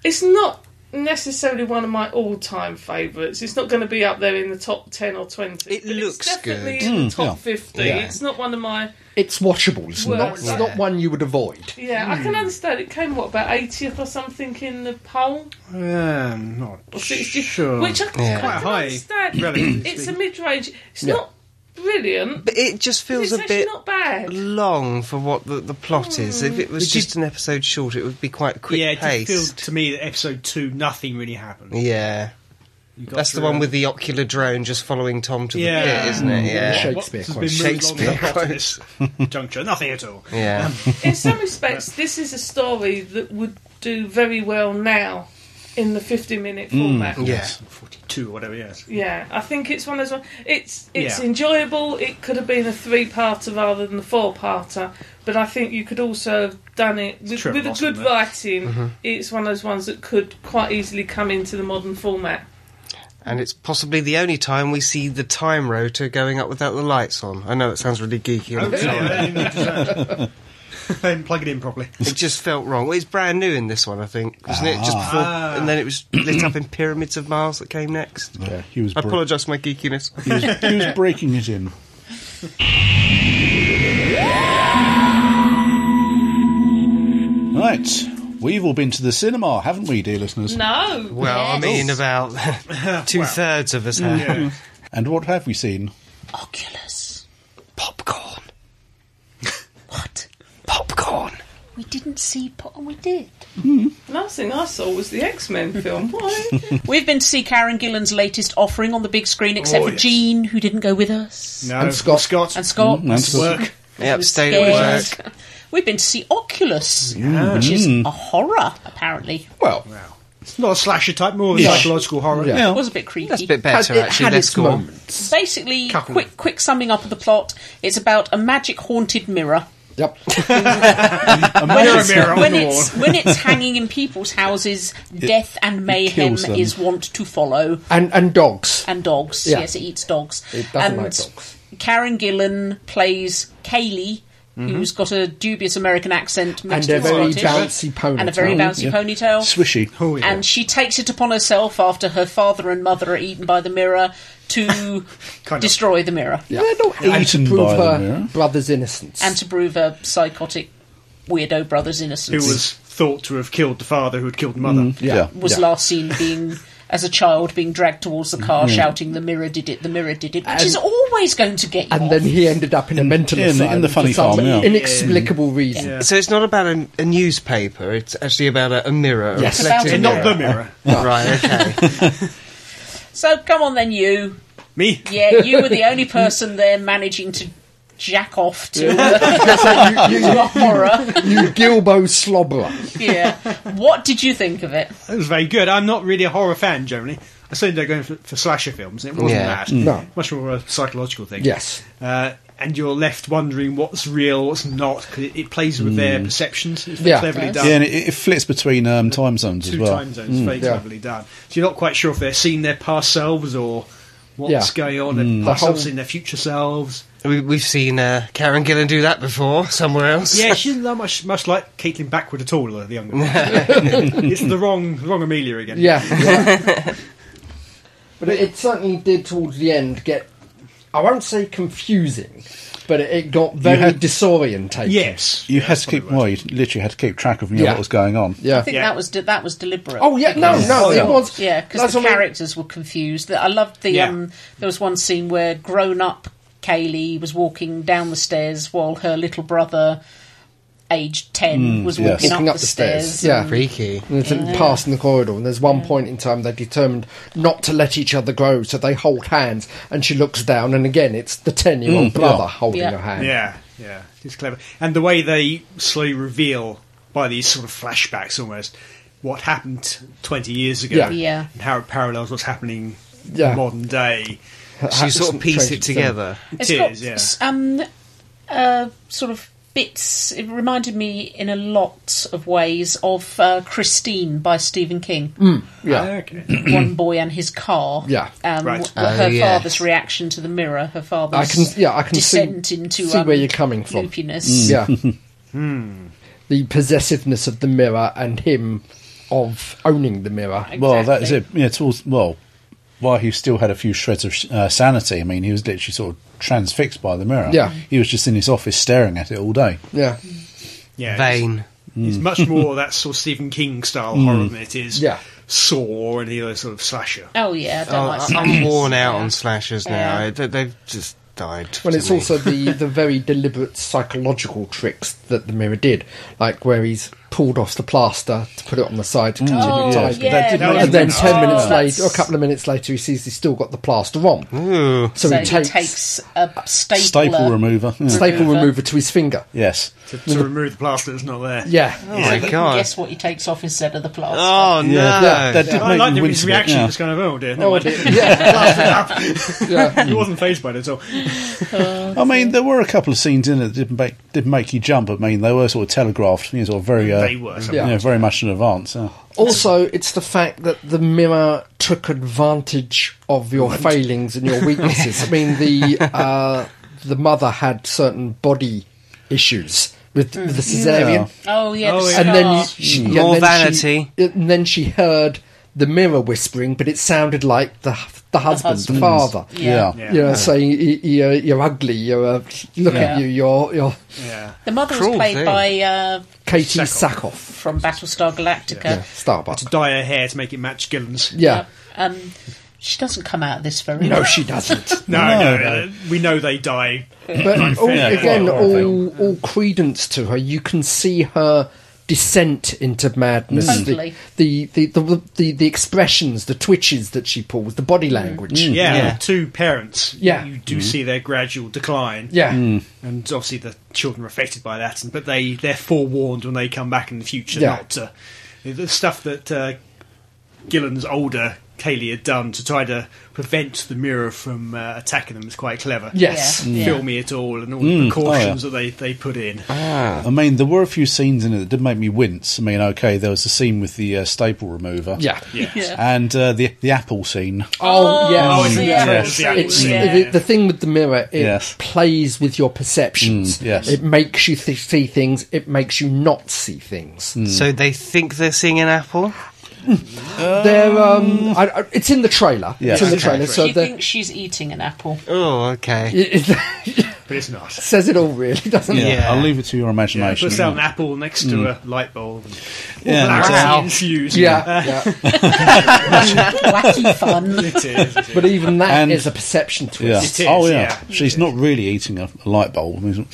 Speaker 7: It's not necessarily one of my all time favourites. It's not going to be up there in the top 10 or 20.
Speaker 3: It
Speaker 7: but
Speaker 3: looks
Speaker 7: it's definitely
Speaker 3: good.
Speaker 1: Hmm,
Speaker 7: in the
Speaker 2: Mm,
Speaker 7: top
Speaker 2: yeah.
Speaker 7: 50.
Speaker 3: Yeah.
Speaker 7: It's not one of my.
Speaker 5: it's watchable. It's not.
Speaker 7: Worse.
Speaker 5: It's not one you would avoid.
Speaker 7: Yeah, I
Speaker 1: Hmm.
Speaker 7: can understand. It came, what, about 80th or something in the poll?
Speaker 1: Um, not
Speaker 7: or 60,
Speaker 1: sure.
Speaker 7: which I
Speaker 3: Yeah.
Speaker 7: quite
Speaker 1: Quite high,
Speaker 7: understand.
Speaker 1: relatively
Speaker 7: it's a
Speaker 1: speaking.
Speaker 7: mid range. It's
Speaker 5: Yeah.
Speaker 7: not brilliant.
Speaker 3: But it just
Speaker 7: but
Speaker 3: feels
Speaker 7: it's
Speaker 3: a
Speaker 7: actually
Speaker 3: bit
Speaker 7: not bad.
Speaker 3: long for what the, the plot is. If it was
Speaker 1: It
Speaker 3: just an episode short, it would be quite quick
Speaker 1: yeah, it
Speaker 3: paced.
Speaker 1: just feels to me that episode two, nothing really happened.
Speaker 3: Yeah,
Speaker 1: You got
Speaker 3: that's the
Speaker 1: through
Speaker 3: one
Speaker 1: a-
Speaker 3: with the ocular drone just following Tom to the
Speaker 1: Yeah. Mm.
Speaker 3: pit, isn't it? Yeah,
Speaker 1: what
Speaker 5: Shakespeare
Speaker 1: has been
Speaker 5: quotes.
Speaker 1: moved along
Speaker 3: Shakespeare
Speaker 1: the plot at this juncture. Nothing at all.
Speaker 3: yeah.
Speaker 7: in some respects, this is a story that would do very well now in the 50 minute format.
Speaker 3: Yeah.
Speaker 1: Forty-two, or whatever. Yes.
Speaker 7: Yeah, I think it's one of those. one- It's it's
Speaker 1: Yeah.
Speaker 7: enjoyable. It could have been a three-parter rather than a four-parter, but I think you could also have done it with,
Speaker 1: Trevor
Speaker 7: with a
Speaker 1: Lawson,
Speaker 7: good
Speaker 1: though.
Speaker 7: writing. It's one of those ones that could quite easily come into the modern format.
Speaker 3: And it's possibly the only time we see the time rotor going up without the lights on. I know it sounds really geeky.
Speaker 1: Oh,
Speaker 3: I'm
Speaker 1: really?
Speaker 3: sorry.
Speaker 1: I didn't notice that. I didn't plug it in properly.
Speaker 3: It just felt wrong. Well, it's brand new in this one, I think, wasn't it? Just before,
Speaker 1: Ah.
Speaker 3: and then it was lit up in Pyramids of Mars that came next.
Speaker 2: Yeah, he was,
Speaker 3: I
Speaker 2: bre-
Speaker 3: apologise for my geekiness.
Speaker 2: he was, he was breaking it in. Right, we've all been to the cinema, haven't we, dear listeners?
Speaker 7: No,
Speaker 3: Well, I mean, about two thirds of us have
Speaker 2: And what have we seen?
Speaker 4: Oculus.
Speaker 3: popcorn.
Speaker 4: What?
Speaker 3: Popcorn.
Speaker 4: We didn't see pot. We did.
Speaker 7: last thing I saw was the X-Men film. What?
Speaker 4: We've been to see Karen Gillan's latest offering on the big screen, except
Speaker 1: Oh,
Speaker 4: for
Speaker 1: yes.
Speaker 4: Jean, who didn't go with us,
Speaker 1: No,
Speaker 5: And Scott.
Speaker 1: Scott.
Speaker 4: and Scott.
Speaker 5: Mm,
Speaker 2: And so-
Speaker 1: work.
Speaker 3: Yep, stayed
Speaker 4: Scared.
Speaker 3: at work.
Speaker 4: We've been to see Oculus, which is a horror, apparently.
Speaker 5: Well,
Speaker 1: It's not a slasher type, more of a
Speaker 5: Yeah.
Speaker 1: psychological horror.
Speaker 5: Yeah.
Speaker 4: It was a bit creepy.
Speaker 3: That's a bit
Speaker 5: had-
Speaker 3: better,
Speaker 5: it
Speaker 3: actually.
Speaker 5: had
Speaker 3: Less
Speaker 5: its
Speaker 3: gore.
Speaker 5: moments.
Speaker 4: Basically,
Speaker 1: Cuckold.
Speaker 4: quick quick summing up of the plot. It's about a magic haunted mirror.
Speaker 5: Yep.
Speaker 4: When
Speaker 1: Mirror,
Speaker 4: it's,
Speaker 1: mirror on
Speaker 4: when
Speaker 1: the
Speaker 4: it's when it's hanging in people's houses, death and mayhem
Speaker 2: kills them.
Speaker 4: is wont to follow.
Speaker 5: and and dogs.
Speaker 4: and dogs.
Speaker 5: Yeah.
Speaker 4: Yes, it eats dogs.
Speaker 5: It doesn't
Speaker 4: and
Speaker 5: like dogs.
Speaker 4: Karen Gillan plays Kaylee, who's got a dubious American accent mixed
Speaker 5: Mm-hmm. a
Speaker 4: with
Speaker 5: very
Speaker 4: Scottish,
Speaker 5: bouncy
Speaker 4: and a very
Speaker 5: ponytail.
Speaker 4: bouncy
Speaker 2: Yeah.
Speaker 4: ponytail.
Speaker 2: Swishy.
Speaker 1: Oh, yeah.
Speaker 4: And she takes it upon herself after her father and mother are eaten by the mirror to
Speaker 1: Kind of.
Speaker 4: destroy the mirror
Speaker 5: They're not
Speaker 2: Eaten
Speaker 5: eaten to prove
Speaker 2: by
Speaker 5: her
Speaker 2: them, yeah.
Speaker 5: brother's innocence.
Speaker 4: and to prove her psychotic weirdo brother's innocence.
Speaker 1: Who was thought to have killed the father who had killed the mother.
Speaker 5: Mm, yeah.
Speaker 4: was
Speaker 5: yeah.
Speaker 4: last seen being as a child being dragged towards the car
Speaker 5: Mm.
Speaker 4: shouting the mirror did it the mirror did it which is always going to get you
Speaker 5: And
Speaker 4: off.
Speaker 5: then he ended up in a mental
Speaker 2: in the- in
Speaker 5: asylum
Speaker 2: the funny
Speaker 5: for some
Speaker 2: farm, yeah.
Speaker 5: inexplicable reason.
Speaker 1: Yeah.
Speaker 3: So it's not about a, a newspaper. It's actually about a, a mirror. a
Speaker 5: Yes.
Speaker 3: reflective
Speaker 1: And
Speaker 4: About
Speaker 1: not the mirror.
Speaker 3: mirror. Right. Okay.
Speaker 4: so come on then you
Speaker 1: Me.
Speaker 4: Yeah, you were the only person there managing to jack off to uh, a horror.
Speaker 5: You Gilbo slobberer.
Speaker 4: Yeah. What did you think of it?
Speaker 1: It was very good. I'm not really a horror fan generally. I certainly don't go in for, for slasher films. It wasn't
Speaker 3: Yeah.
Speaker 1: that.
Speaker 5: Mm. No.
Speaker 1: Much more a psychological thing.
Speaker 5: Yes.
Speaker 1: Uh, and you're left wondering what's real, what's not, 'cause it, it plays with their perceptions. It's
Speaker 5: Mm. Yeah.
Speaker 1: cleverly
Speaker 5: Yes.
Speaker 1: done.
Speaker 2: Yeah, and it, it flits between um, time zones as
Speaker 1: Two
Speaker 2: well. Mm.
Speaker 1: time zones, very
Speaker 5: Yeah.
Speaker 1: cleverly done. So you're not quite sure if they're seeing their past selves or what's
Speaker 5: Yeah.
Speaker 1: going on,
Speaker 2: Mm.
Speaker 1: and past
Speaker 5: The whole-
Speaker 1: selves seeing their future selves.
Speaker 3: We, we've seen uh, Karen Gillan do that before somewhere else.
Speaker 1: Yeah, she didn't look much much like Caitlin Backwood at all, the younger one. it's the wrong wrong Amelia again.
Speaker 5: Yeah. yeah. But it, it certainly did towards the end get. I won't say confusing, but it, it got very
Speaker 2: had-
Speaker 5: disorientating.
Speaker 1: Yes.
Speaker 2: You had to keep. Well, you literally had to keep track of you know,
Speaker 5: Yeah.
Speaker 2: what was going on.
Speaker 5: Yeah.
Speaker 4: I think
Speaker 1: Yeah.
Speaker 4: that was de- that was deliberate.
Speaker 5: Oh yeah, no,
Speaker 4: because-
Speaker 5: no,
Speaker 2: Yeah.
Speaker 5: it was.
Speaker 4: Yeah, because
Speaker 5: that's
Speaker 4: the
Speaker 5: what I mean.
Speaker 4: characters were confused. I loved the
Speaker 1: Yeah.
Speaker 4: um. There was one scene where grown-up Kaylee was walking down the stairs while her little brother, aged
Speaker 5: Hmm,
Speaker 4: ten, was
Speaker 2: yes.
Speaker 4: walking, up, the stairs.
Speaker 5: Yeah.
Speaker 9: Freaky.
Speaker 5: And there's a pass in the corridor, and there's one point in time they determined not to let each other grow, so they hold hands, and she looks down, and again it's the ten-year-old brother holding
Speaker 4: Yeah.
Speaker 5: her hand.
Speaker 1: Yeah, yeah. It's clever. And the way they slowly reveal by these sort of flashbacks almost what happened 20 years ago
Speaker 5: Yeah.
Speaker 4: Yeah.
Speaker 1: and how it parallels what's happening
Speaker 5: Yeah.
Speaker 1: modern day.
Speaker 3: So you sort of piece
Speaker 5: Tragic
Speaker 3: it
Speaker 5: thing.
Speaker 3: together.
Speaker 4: It's
Speaker 1: It
Speaker 4: got
Speaker 1: is, yeah.
Speaker 4: s- um, uh, sort of bits. It reminded me in a lot of ways of uh, Christine by Stephen King.
Speaker 5: Yeah.
Speaker 1: Okay.
Speaker 4: One boy and his car.
Speaker 5: Mm. Yeah. Uh,
Speaker 4: um,
Speaker 1: Right.
Speaker 4: wh- her
Speaker 9: Oh, yes.
Speaker 4: father's reaction to the mirror. Her father's
Speaker 5: I can, yeah, I can
Speaker 4: descent
Speaker 5: see,
Speaker 4: into
Speaker 5: see
Speaker 4: um,
Speaker 5: where you're coming from. Mm.
Speaker 4: loopiness.
Speaker 5: Yeah, the possessiveness of the mirror and him of owning the mirror.
Speaker 2: Well, that is it.
Speaker 4: Exactly.
Speaker 2: Yeah, towards well, while he still had a few shreds of uh, sanity, I mean, he was literally sort of transfixed by the mirror.
Speaker 5: Yeah.
Speaker 2: he was just in his office staring at it all day.
Speaker 5: Yeah,
Speaker 1: Yeah, it's-
Speaker 3: Vain.
Speaker 1: It's much more that sort of Stephen King style horror than it is
Speaker 5: Yeah.
Speaker 1: Saw or any other sort of slasher.
Speaker 4: Oh yeah, I don't
Speaker 3: Oh,
Speaker 4: like
Speaker 3: I-
Speaker 4: slashers.
Speaker 3: I'm worn out
Speaker 4: Yeah.
Speaker 3: on slashers now. I- they- They've just died.
Speaker 5: Well,
Speaker 3: to
Speaker 5: it's
Speaker 3: me.
Speaker 5: also the, the very deliberate psychological tricks that the mirror did, like where he's pulled off the plaster to put it on the side to continue
Speaker 4: Oh,
Speaker 5: typing.
Speaker 4: yeah, That did that
Speaker 1: make
Speaker 5: and then
Speaker 1: me
Speaker 5: ten
Speaker 1: laugh.
Speaker 5: minutes
Speaker 4: Oh,
Speaker 5: later, or a
Speaker 4: that's-
Speaker 5: couple of minutes later, he sees he's still got the plaster on,
Speaker 3: Ooh.
Speaker 5: so, he takes,
Speaker 4: a stapler.
Speaker 2: Staple remover. Yeah.
Speaker 5: staple
Speaker 4: remover.
Speaker 5: remover to his finger.
Speaker 2: yes.
Speaker 1: To, to remove the plaster that's not there.
Speaker 5: Yeah,
Speaker 3: Oh my
Speaker 4: You can
Speaker 3: god.
Speaker 4: Guess what he takes off instead of the plaster.
Speaker 3: Oh no.
Speaker 2: Yeah, that, that did
Speaker 1: I
Speaker 2: make
Speaker 1: liked
Speaker 2: me
Speaker 1: him, his
Speaker 2: wince a bit,
Speaker 1: reaction.
Speaker 2: yeah.
Speaker 1: It's kind of, oh dear, no, I didn't. He wasn't phased by it at all.
Speaker 2: I mean, there were a couple of scenes in it that didn't make, didn't make you jump. I mean, they were sort of telegraphed, you know, sort of very, uh,
Speaker 1: They were.
Speaker 5: Yeah.
Speaker 2: yeah, very much in advance. yeah.
Speaker 5: Also, it's the fact that the mirror took advantage of your failings and your weaknesses. I mean, the uh, the mother had certain body issues with, with the cesarean,
Speaker 4: Oh Mm. yeah,
Speaker 1: Oh,
Speaker 4: the
Speaker 1: yeah.
Speaker 5: and then you,
Speaker 4: scar.
Speaker 5: she, and
Speaker 3: More
Speaker 5: then she- uh,
Speaker 3: vanity.
Speaker 5: and then she heard the mirror whispering, but it sounded like the the husband, the,
Speaker 4: husband.
Speaker 5: father.
Speaker 2: Yeah.
Speaker 1: Yeah.
Speaker 5: You know, saying y- you're, you're ugly. You're uh, look
Speaker 4: Yeah.
Speaker 5: at you. You're you're
Speaker 1: Yeah.
Speaker 4: the mother was
Speaker 3: Cruel
Speaker 4: played
Speaker 3: thing.
Speaker 4: by uh,
Speaker 5: Katie
Speaker 1: Sackhoff.
Speaker 5: Sackhoff,
Speaker 4: from Battlestar Galactica.
Speaker 5: yeah,
Speaker 1: To
Speaker 5: Starbuck.
Speaker 1: dye her hair to make it match Gillen's.
Speaker 5: Yeah,
Speaker 4: Um, she doesn't come out of this very.
Speaker 5: no,
Speaker 4: well.
Speaker 5: she doesn't.
Speaker 1: No, no,
Speaker 2: No, no.
Speaker 1: uh, we know they die.
Speaker 5: But all,
Speaker 1: fair.
Speaker 5: again,
Speaker 2: Yeah,
Speaker 5: all, all credence to her. You can see her descent into madness.
Speaker 4: Totally.
Speaker 5: The, the, the, the, the, the expressions, the twitches that she pulls, the body language.
Speaker 1: Mm. Yeah,
Speaker 3: Yeah.
Speaker 1: two parents.
Speaker 5: Yeah.
Speaker 1: you do see their gradual decline.
Speaker 5: Yeah.
Speaker 3: Mm.
Speaker 1: and obviously the children are affected by that. and- But they they're forewarned when they come back in the future.
Speaker 5: Yeah.
Speaker 1: Not to, the stuff that uh, Gillen's older Kaylee had done to try to prevent the mirror from uh, attacking them is quite clever. Mm.
Speaker 5: Yes. Mm. Oh,
Speaker 4: Yeah.
Speaker 1: filmy at all, and all the precautions that they they put in.
Speaker 2: I mean, there were a few scenes in it that did make me wince. I mean, okay, there was the scene with the uh, staple remover.
Speaker 5: Yeah.
Speaker 1: Yeah.
Speaker 2: And uh, the the apple scene.
Speaker 5: Oh,
Speaker 4: Oh,
Speaker 1: it's
Speaker 5: yes. yes.
Speaker 1: the apples, the
Speaker 5: It's,
Speaker 1: apples,
Speaker 4: yeah.
Speaker 5: the, the thing with the mirror, it
Speaker 2: Yes.
Speaker 5: plays with your perceptions.
Speaker 2: Mm, yes.
Speaker 5: It makes you th- see things, it makes you not see things.
Speaker 2: Mm.
Speaker 3: So they think they're seeing an apple.
Speaker 5: They're, um, I, I- it's in the trailer.
Speaker 2: Yes.
Speaker 5: It's in the
Speaker 2: Okay.
Speaker 5: trailer. So
Speaker 4: she
Speaker 5: the-
Speaker 4: thinks she's eating an apple.
Speaker 3: Oh, okay.
Speaker 5: it, it
Speaker 1: But it's not.
Speaker 5: says it all, really, doesn't it?
Speaker 3: Yeah.
Speaker 2: I'll leave it to your
Speaker 1: Yeah,
Speaker 2: imagination.
Speaker 1: puts out an apple next to
Speaker 5: Mm.
Speaker 1: a light bulb. And
Speaker 2: Yeah,
Speaker 1: black
Speaker 3: wow.
Speaker 1: infused.
Speaker 5: Yeah, yeah.
Speaker 4: Wacky fun.
Speaker 1: It is, it is.
Speaker 5: But even that is a
Speaker 2: And-
Speaker 5: perception to
Speaker 2: Yeah.
Speaker 5: us.
Speaker 1: is,
Speaker 2: oh yeah.
Speaker 1: yeah.
Speaker 2: She's not really eating a, a light bulb. I mean,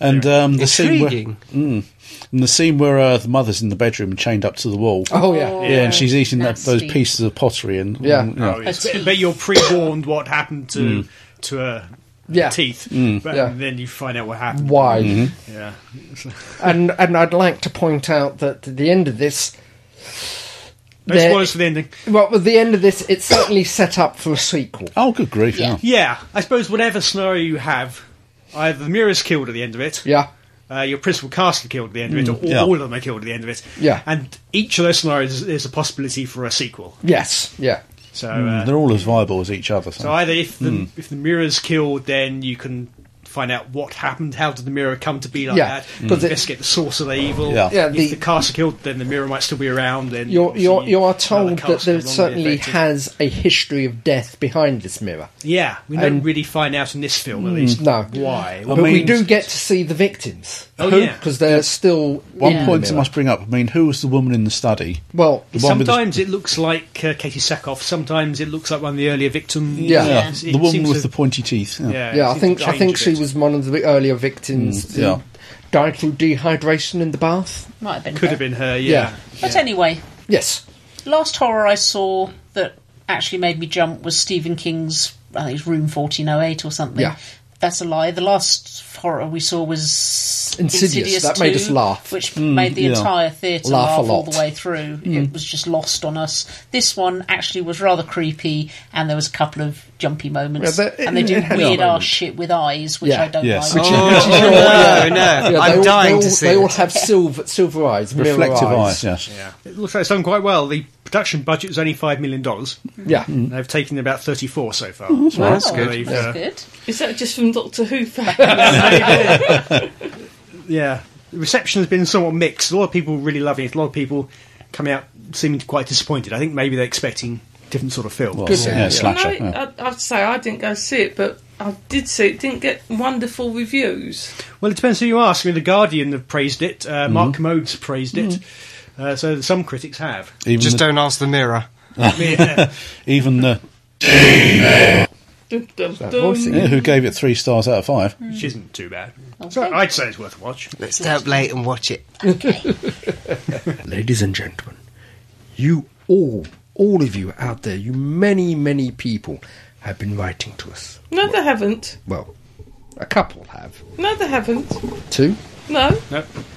Speaker 2: And um, the scene where
Speaker 3: Intriguing.
Speaker 2: and the scene where uh, the mother's in the bedroom and chained up to the wall.
Speaker 5: Oh yeah.
Speaker 2: yeah, and she's eating that, those
Speaker 4: Nasty.
Speaker 2: pieces of pottery and
Speaker 5: Yeah.
Speaker 2: and,
Speaker 1: Oh, yes. But, but you're pre-warned what happened to to her
Speaker 5: Yeah.
Speaker 1: teeth, but
Speaker 5: Yeah.
Speaker 1: then you find out what happened.
Speaker 5: Why?
Speaker 2: Mm-hmm.
Speaker 1: Yeah,
Speaker 5: And and I'd like to point out that at the end of this,
Speaker 1: that's
Speaker 5: There-
Speaker 1: spoilers for the ending.
Speaker 5: well, at the end of this, it's certainly set up for a sequel.
Speaker 2: Oh, good grief! Yeah.
Speaker 4: Yeah.
Speaker 1: Yeah, I suppose whatever scenario you have, either the mirror's killed at the end of it,
Speaker 5: Yeah. Mm.
Speaker 1: uh, your principal cast are killed at the end of it, or all-
Speaker 2: yeah.
Speaker 1: all of them are killed at the end of it.
Speaker 5: Yeah.
Speaker 1: and each of those scenarios is, is a possibility for a sequel.
Speaker 5: Yes. Yeah.
Speaker 1: So, uh,
Speaker 5: Mm.
Speaker 2: Mm, They're all as viable as each other. So.
Speaker 1: so either if the if the mirror's killed, then you can find out what happened, how did the mirror come to be like
Speaker 5: Yeah,
Speaker 1: that,
Speaker 5: 'cause it-
Speaker 1: investigate the source of the evil.
Speaker 2: Yeah.
Speaker 5: Yeah,
Speaker 1: if
Speaker 5: the-
Speaker 1: the, caster killed, then the mirror might still be around. Then
Speaker 5: You're, you're,
Speaker 1: obviously
Speaker 5: you are
Speaker 1: another
Speaker 5: told
Speaker 1: caster
Speaker 5: that there
Speaker 1: will be
Speaker 5: certainly
Speaker 1: affected.
Speaker 5: has a history of death behind this mirror.
Speaker 1: Yeah, we don't really find out in this film, at least.
Speaker 5: Hmm. No.
Speaker 1: Why?
Speaker 5: But
Speaker 2: I
Speaker 5: we
Speaker 2: mean-
Speaker 5: do get to see the victims.
Speaker 1: Oh, yeah.
Speaker 5: Because they're still.
Speaker 2: One
Speaker 5: in the
Speaker 2: point I
Speaker 5: mirror.
Speaker 2: must bring up. I mean, who was the woman in the study?
Speaker 5: Well,
Speaker 2: The one with the-
Speaker 1: Sometimes it looks like uh, Katie Sackhoff. Sometimes it looks like one of the earlier victims.
Speaker 5: Yeah.
Speaker 2: yeah,
Speaker 1: It's- it
Speaker 2: the woman
Speaker 1: seems
Speaker 2: with
Speaker 1: to-
Speaker 2: the pointy teeth. Yeah.
Speaker 1: Yeah,
Speaker 5: yeah,
Speaker 1: it
Speaker 5: I
Speaker 1: seems
Speaker 5: think
Speaker 1: to
Speaker 5: I
Speaker 1: change
Speaker 5: think
Speaker 1: a
Speaker 5: she
Speaker 1: bit.
Speaker 5: was one of the earlier victims.
Speaker 2: Mm, yeah.
Speaker 5: Died through dehydration in the bath.
Speaker 4: Might have been.
Speaker 1: Could
Speaker 4: her.
Speaker 1: have been her.
Speaker 5: Yeah.
Speaker 1: Yeah.
Speaker 4: But anyway,
Speaker 5: Yes.
Speaker 4: last horror I saw that actually made me jump was Stephen King's, I think it's Room 1408 or something.
Speaker 5: Yeah.
Speaker 4: That's a lie. The last horror we saw was
Speaker 5: Insidious. That made us
Speaker 4: 2,
Speaker 5: laugh. Mm,
Speaker 4: which made the
Speaker 2: yeah.
Speaker 4: entire theatre laugh,
Speaker 5: Laugh a
Speaker 4: all
Speaker 5: lot. Mm.
Speaker 4: the way through. It was just lost on us. This one actually was rather creepy, and there was a couple of jumpy moments,
Speaker 5: Yeah, they-
Speaker 4: and they
Speaker 5: it- it
Speaker 4: did
Speaker 5: had
Speaker 4: weird ass
Speaker 5: moments.
Speaker 4: shit with eyes, which
Speaker 5: Yeah.
Speaker 4: I don't
Speaker 2: Yes.
Speaker 4: like.
Speaker 2: Which
Speaker 3: Oh, no, no.
Speaker 5: Yeah, they
Speaker 3: I'm
Speaker 5: all,
Speaker 3: dying
Speaker 5: they all,
Speaker 3: to see
Speaker 5: They all
Speaker 3: it.
Speaker 5: have silver silver eyes, mirror
Speaker 2: Reflective
Speaker 5: eyes.
Speaker 2: eyes. yes.
Speaker 1: It looks like it's done quite well. The production budget was only five million dollars.
Speaker 5: Yeah.
Speaker 2: Mm.
Speaker 1: They've taken about thirty-four so far.
Speaker 4: Oh,
Speaker 3: Mm-hmm. That's good.
Speaker 1: They've,
Speaker 4: That's
Speaker 1: uh,
Speaker 4: good.
Speaker 7: Is that just from Doctor Who fans?
Speaker 1: Yeah, the reception has been somewhat mixed. A lot of people really loving it. A lot of people coming out seeming quite disappointed. I think maybe they're expecting different sort of film.
Speaker 2: Well,
Speaker 5: Good.
Speaker 2: yeah,
Speaker 5: Yeah.
Speaker 2: slasher.
Speaker 7: No,
Speaker 2: yeah.
Speaker 7: I, I'd say I didn't go see it, but I did see it. Didn't get wonderful reviews.
Speaker 1: Well, it depends who you ask. I mean, the Guardian have praised it. Uh,
Speaker 3: Mm-hmm.
Speaker 1: Mark Commodes praised it. Uh, so some critics have.
Speaker 2: Even
Speaker 3: Just
Speaker 2: the,
Speaker 3: don't ask the mirror.
Speaker 1: I mean, uh,
Speaker 2: even the
Speaker 7: Dun, dun,
Speaker 5: voice
Speaker 7: dun.
Speaker 2: yeah, who gave it three stars out of five.
Speaker 1: which isn't too bad. So I'd say it's worth a watch.
Speaker 3: Let's stay up late and watch it.
Speaker 5: Ladies and gentlemen, you all, all of you out there, you many, many people have been writing to us.
Speaker 7: No, they haven't.
Speaker 5: Well, a couple have.
Speaker 7: No, they haven't.
Speaker 5: Two?
Speaker 7: No.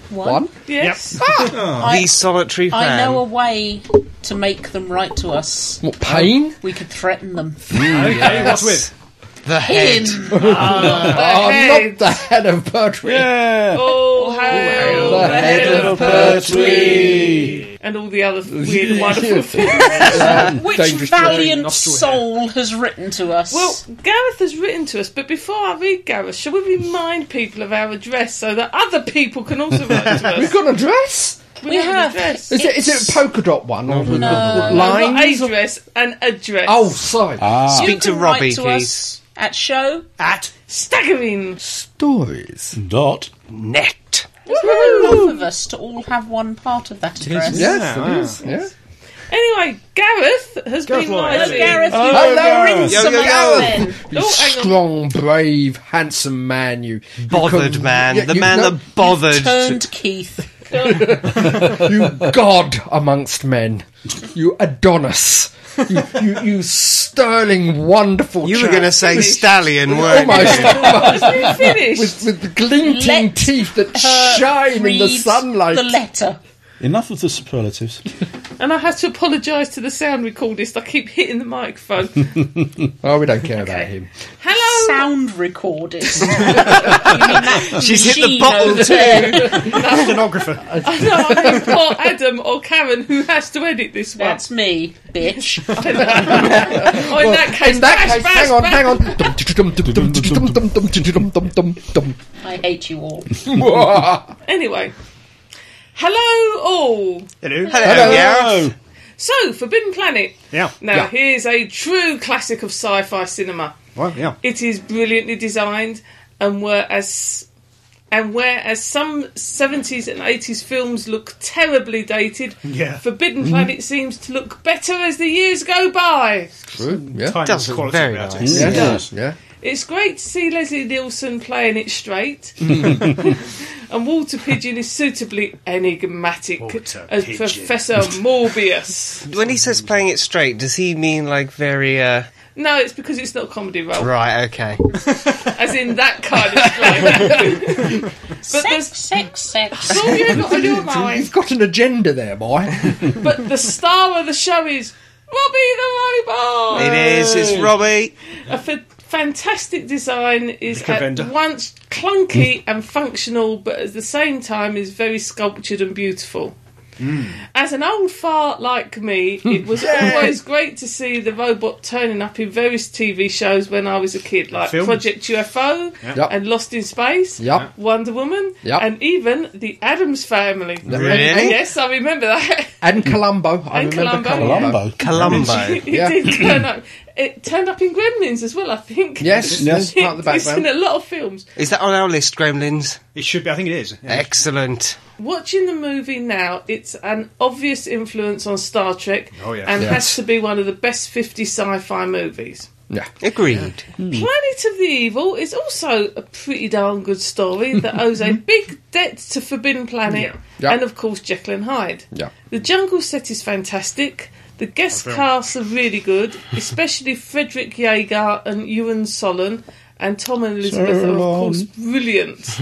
Speaker 5: One?
Speaker 7: Yes.
Speaker 3: the solitary fan.
Speaker 4: I know a way to make them write to us.
Speaker 5: What, pain?
Speaker 4: We could threaten them.
Speaker 1: Okay, what's with?
Speaker 3: the head.
Speaker 5: Oh,
Speaker 7: head.
Speaker 5: not the head of Bertram.
Speaker 2: Yeah.
Speaker 7: All hail the head of and all the other weird, wonderful things.
Speaker 4: Which
Speaker 5: um, Dangerous
Speaker 1: Joe,
Speaker 4: valiant
Speaker 1: nostril
Speaker 4: soul has written to us?
Speaker 7: Well, Gareth has written to us, but before I read Gareth, shall we remind people of our address so that other people can also write to us?
Speaker 5: We've got an address?
Speaker 4: we have.
Speaker 7: address.
Speaker 5: Is it, is
Speaker 4: It's-
Speaker 5: it a polka dot one? or with
Speaker 4: No.
Speaker 5: the line?
Speaker 7: Not a address, an address.
Speaker 5: Oh, sorry.
Speaker 2: Ah,
Speaker 4: You
Speaker 3: Speak to
Speaker 4: can write
Speaker 3: Robbie,
Speaker 4: to
Speaker 3: please.
Speaker 4: us at show.
Speaker 1: At
Speaker 7: staggering.
Speaker 5: Stories.
Speaker 2: dot.
Speaker 3: Net.
Speaker 4: There's not enough of us to all have one part of that address.
Speaker 5: Yes,
Speaker 1: Yeah,
Speaker 5: it is. Yeah.
Speaker 7: Anyway, Gareth has
Speaker 1: Gareth
Speaker 7: been
Speaker 1: Lloyd.
Speaker 7: writing.
Speaker 4: Hello, Gareth.
Speaker 5: Oh,
Speaker 4: you
Speaker 5: Gareth.
Speaker 4: ring
Speaker 3: Yo,
Speaker 4: some
Speaker 3: yo,
Speaker 4: up
Speaker 3: yo.
Speaker 4: then.
Speaker 5: You
Speaker 7: Oh, hang on.
Speaker 5: strong, brave, handsome man, you. you
Speaker 3: Bothered
Speaker 5: can-
Speaker 3: man.
Speaker 5: yeah,
Speaker 3: the
Speaker 5: you-
Speaker 3: man
Speaker 5: no,
Speaker 3: that bothered.
Speaker 4: Turned Keith.
Speaker 5: you god amongst men. You Adonis. You, you, you sterling, wonderful.
Speaker 3: you were
Speaker 5: chap.
Speaker 3: going to say
Speaker 5: Oh
Speaker 3: stallion, weren't you?
Speaker 5: almost, almost
Speaker 7: Is he finished?
Speaker 5: with, with the glinting
Speaker 4: Let
Speaker 5: teeth that
Speaker 4: her
Speaker 5: shine in the
Speaker 4: read
Speaker 5: sunlight.
Speaker 4: The letter.
Speaker 2: Enough of the superlatives.
Speaker 7: and I have to apologise to the sound recordist. I keep hitting the microphone.
Speaker 5: oh, we don't care about him.
Speaker 7: Hello.
Speaker 4: Sound recorded. You mean that
Speaker 3: She's hit the
Speaker 4: machine
Speaker 3: bottle
Speaker 4: over
Speaker 3: too.
Speaker 4: there?
Speaker 1: stenographer.
Speaker 7: I know I mean, poor Adam or Karen who has to edit this one.
Speaker 4: That's me, bitch.
Speaker 7: Oh, in that case,
Speaker 5: In that
Speaker 7: bash,
Speaker 5: case,
Speaker 7: bash,
Speaker 5: hang on,
Speaker 7: bash.
Speaker 5: hang on. Dum, dum, dum, dum, dum, dum, dum, dum, dum, dum, dum,
Speaker 4: I hate you all.
Speaker 5: dum.
Speaker 7: Anyway. Hello, all.
Speaker 1: Hello.
Speaker 3: Hello, Gareth.
Speaker 2: Oh,
Speaker 7: So, Forbidden Planet.
Speaker 1: Yeah.
Speaker 7: Now,
Speaker 5: Yeah.
Speaker 7: here's a true classic of sci fi cinema.
Speaker 1: Well, yeah.
Speaker 7: It is brilliantly designed, and whereas and whereas some 70s and 80s films look terribly dated,
Speaker 1: Yeah. Mm-hmm.
Speaker 7: Forbidden Planet seems to look better as the years go by.
Speaker 5: True. Yeah.
Speaker 1: Time
Speaker 3: Doesn't
Speaker 1: quality
Speaker 3: very
Speaker 1: about it.
Speaker 3: nice.
Speaker 5: Yeah.
Speaker 2: Yeah.
Speaker 5: Yeah.
Speaker 7: It's great to see Leslie Nielsen playing it straight,
Speaker 1: Mm-hmm.
Speaker 7: and Walter Pigeon is suitably enigmatic
Speaker 1: Walter
Speaker 7: as
Speaker 1: Pidgeon.
Speaker 7: Professor Morbius.
Speaker 3: When he says playing it straight, does he mean like very, uh.
Speaker 7: No, it's because it's not a comedy role,
Speaker 3: Right, okay.
Speaker 7: as in that kind of straight. but
Speaker 4: sex,
Speaker 7: there's
Speaker 4: sex, sex.
Speaker 7: all you've got on your mind.
Speaker 5: You've got an agenda there, boy.
Speaker 7: But the star of the show is Robbie the Robot.
Speaker 3: It is, it's Robbie.
Speaker 7: A fa- fantastic design is
Speaker 1: Nicola
Speaker 7: at
Speaker 1: Bender.
Speaker 7: once
Speaker 3: Mm.
Speaker 7: clunky and functional, but at the same time is very sculptured and beautiful.
Speaker 3: Mm.
Speaker 7: As an old fart like me, it was always great to see the robot turning up in various TV shows when I was a kid, like
Speaker 1: Films.
Speaker 7: Project UFO
Speaker 5: Yep.
Speaker 7: and Lost in Space,
Speaker 5: Yep.
Speaker 7: Wonder Woman,
Speaker 5: Yep.
Speaker 7: and even The Addams Family.
Speaker 3: Really?
Speaker 7: Yes, I remember that.
Speaker 5: And Columbo. I
Speaker 7: And
Speaker 5: remember
Speaker 7: Columbo.
Speaker 5: Columbo.
Speaker 2: Columbo.
Speaker 3: Columbo.
Speaker 7: it
Speaker 5: Yeah.
Speaker 7: did turn up. It turned up in Gremlins as well, I think.
Speaker 5: Yes,
Speaker 2: Yes.
Speaker 5: yes. part of the
Speaker 7: It's in
Speaker 5: background.
Speaker 7: a lot of films.
Speaker 3: Is that on our list, Gremlins?
Speaker 1: It should be. I think it is. Yeah.
Speaker 3: Excellent.
Speaker 7: Watching the movie now, it's an obvious influence on Star Trek
Speaker 1: Oh, yes.
Speaker 7: and
Speaker 5: Yes.
Speaker 7: has to be one of the best 50 sci fi movies.
Speaker 5: Yeah.
Speaker 3: Agreed.
Speaker 5: Hmm.
Speaker 7: Planet of the Evil is also a pretty darn good story that owes a big debt to Forbidden Planet
Speaker 5: Yeah.
Speaker 7: and, of course, Jekyll and Hyde.
Speaker 5: Yeah.
Speaker 7: The jungle set is fantastic. The guest casts are really good, especially Frederick Jaeger and Ewan Solon, and Tom and Elizabeth are, of course, brilliant.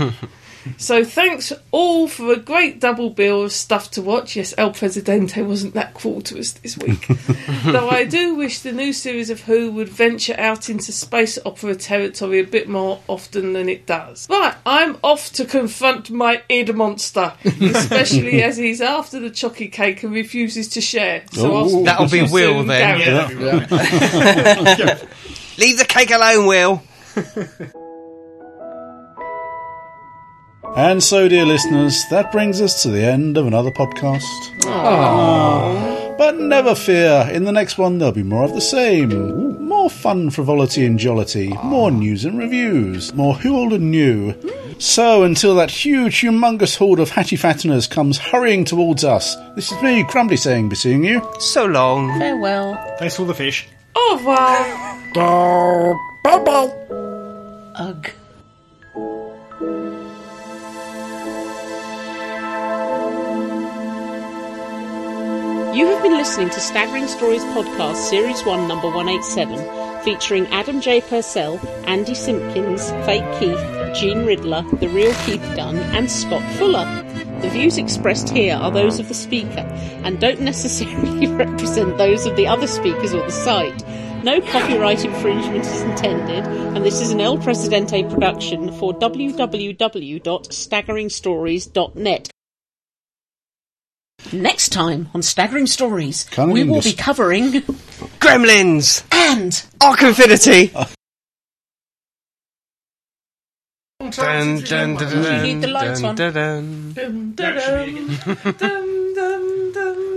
Speaker 7: so, thanks all for a great double bill of stuff to watch. Yes, El Presidente wasn't that cool to us this week. Though I do wish the new series of Who would venture out into space opera territory a bit more often than it does. Right, I'm off to confront my id monster, especially as he's after the chocky cake and refuses to share. So I'll
Speaker 3: That'll be
Speaker 7: Soon,
Speaker 3: Will then.
Speaker 7: Gary.
Speaker 1: Yeah, that'd be right.
Speaker 3: Leave the cake alone, Will.
Speaker 2: And so, dear listeners, that brings us to the end of another podcast. But never fear, in the next one there'll be more of the same. More fun, frivolity, and jollity. More news and reviews. More who old and new. So, until that huge, humongous horde of Hattie Fatteners comes hurrying towards us, this is me, Crumbly, saying, be seeing you.
Speaker 3: So long.
Speaker 4: Farewell.
Speaker 1: Thanks for all the fish.
Speaker 7: Au revoir.
Speaker 5: Bye bye.
Speaker 4: Ugh. You have been listening to Staggering Stories Podcast, Series 1, Number 187, featuring Adam J. Purcell, Andy Simpkins, Fake Keith, Gene Riddler, The Real Keith Dunn, and Scott Fuller. The views expressed here are those of the speaker and don't necessarily represent those of the other speakers or the site. No copyright infringement is intended, and this is an El Presidente production for www.staggeringstories.net. Next time on Staggering Stories,
Speaker 2: Can't
Speaker 4: we
Speaker 2: even
Speaker 4: will
Speaker 2: just-
Speaker 4: be covering
Speaker 3: Gremlins.
Speaker 4: and
Speaker 3: Arc Infinity.
Speaker 5: Dun, dun, dun, dun.
Speaker 4: Keep the lights on.
Speaker 3: dun, dun.
Speaker 7: Dum, da-dum. Dum, dum, dum.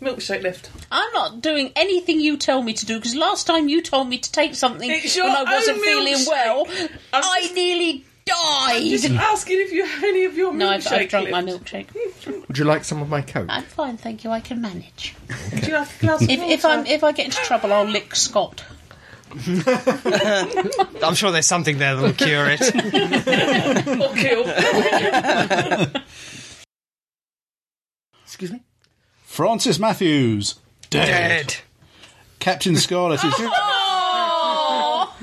Speaker 7: milkshake left?
Speaker 4: I'm not doing anything you tell me to do because last time you told me to take something
Speaker 7: It's
Speaker 4: when
Speaker 7: your
Speaker 4: I wasn't
Speaker 7: own
Speaker 4: feeling
Speaker 7: milkshake.
Speaker 4: well.
Speaker 7: I'm
Speaker 4: I
Speaker 7: just-
Speaker 4: nearly
Speaker 7: Just
Speaker 4: died.
Speaker 7: asking if you have any of your milkshake
Speaker 4: No, I've, I've drunk my
Speaker 7: left.
Speaker 4: milkshake.
Speaker 5: Would you like some of my coke?
Speaker 4: I'm fine, thank you. I can manage.
Speaker 7: Do you like a glass of
Speaker 4: If, if
Speaker 7: water?
Speaker 4: I'm if I get into trouble, I'll lick Scott.
Speaker 3: I'm sure there's something there that'll cure it.
Speaker 7: Or kill.
Speaker 5: Excuse me?
Speaker 2: Francis Matthews. Dead.
Speaker 3: Dead.
Speaker 2: Captain Scarlet is.
Speaker 4: Oh,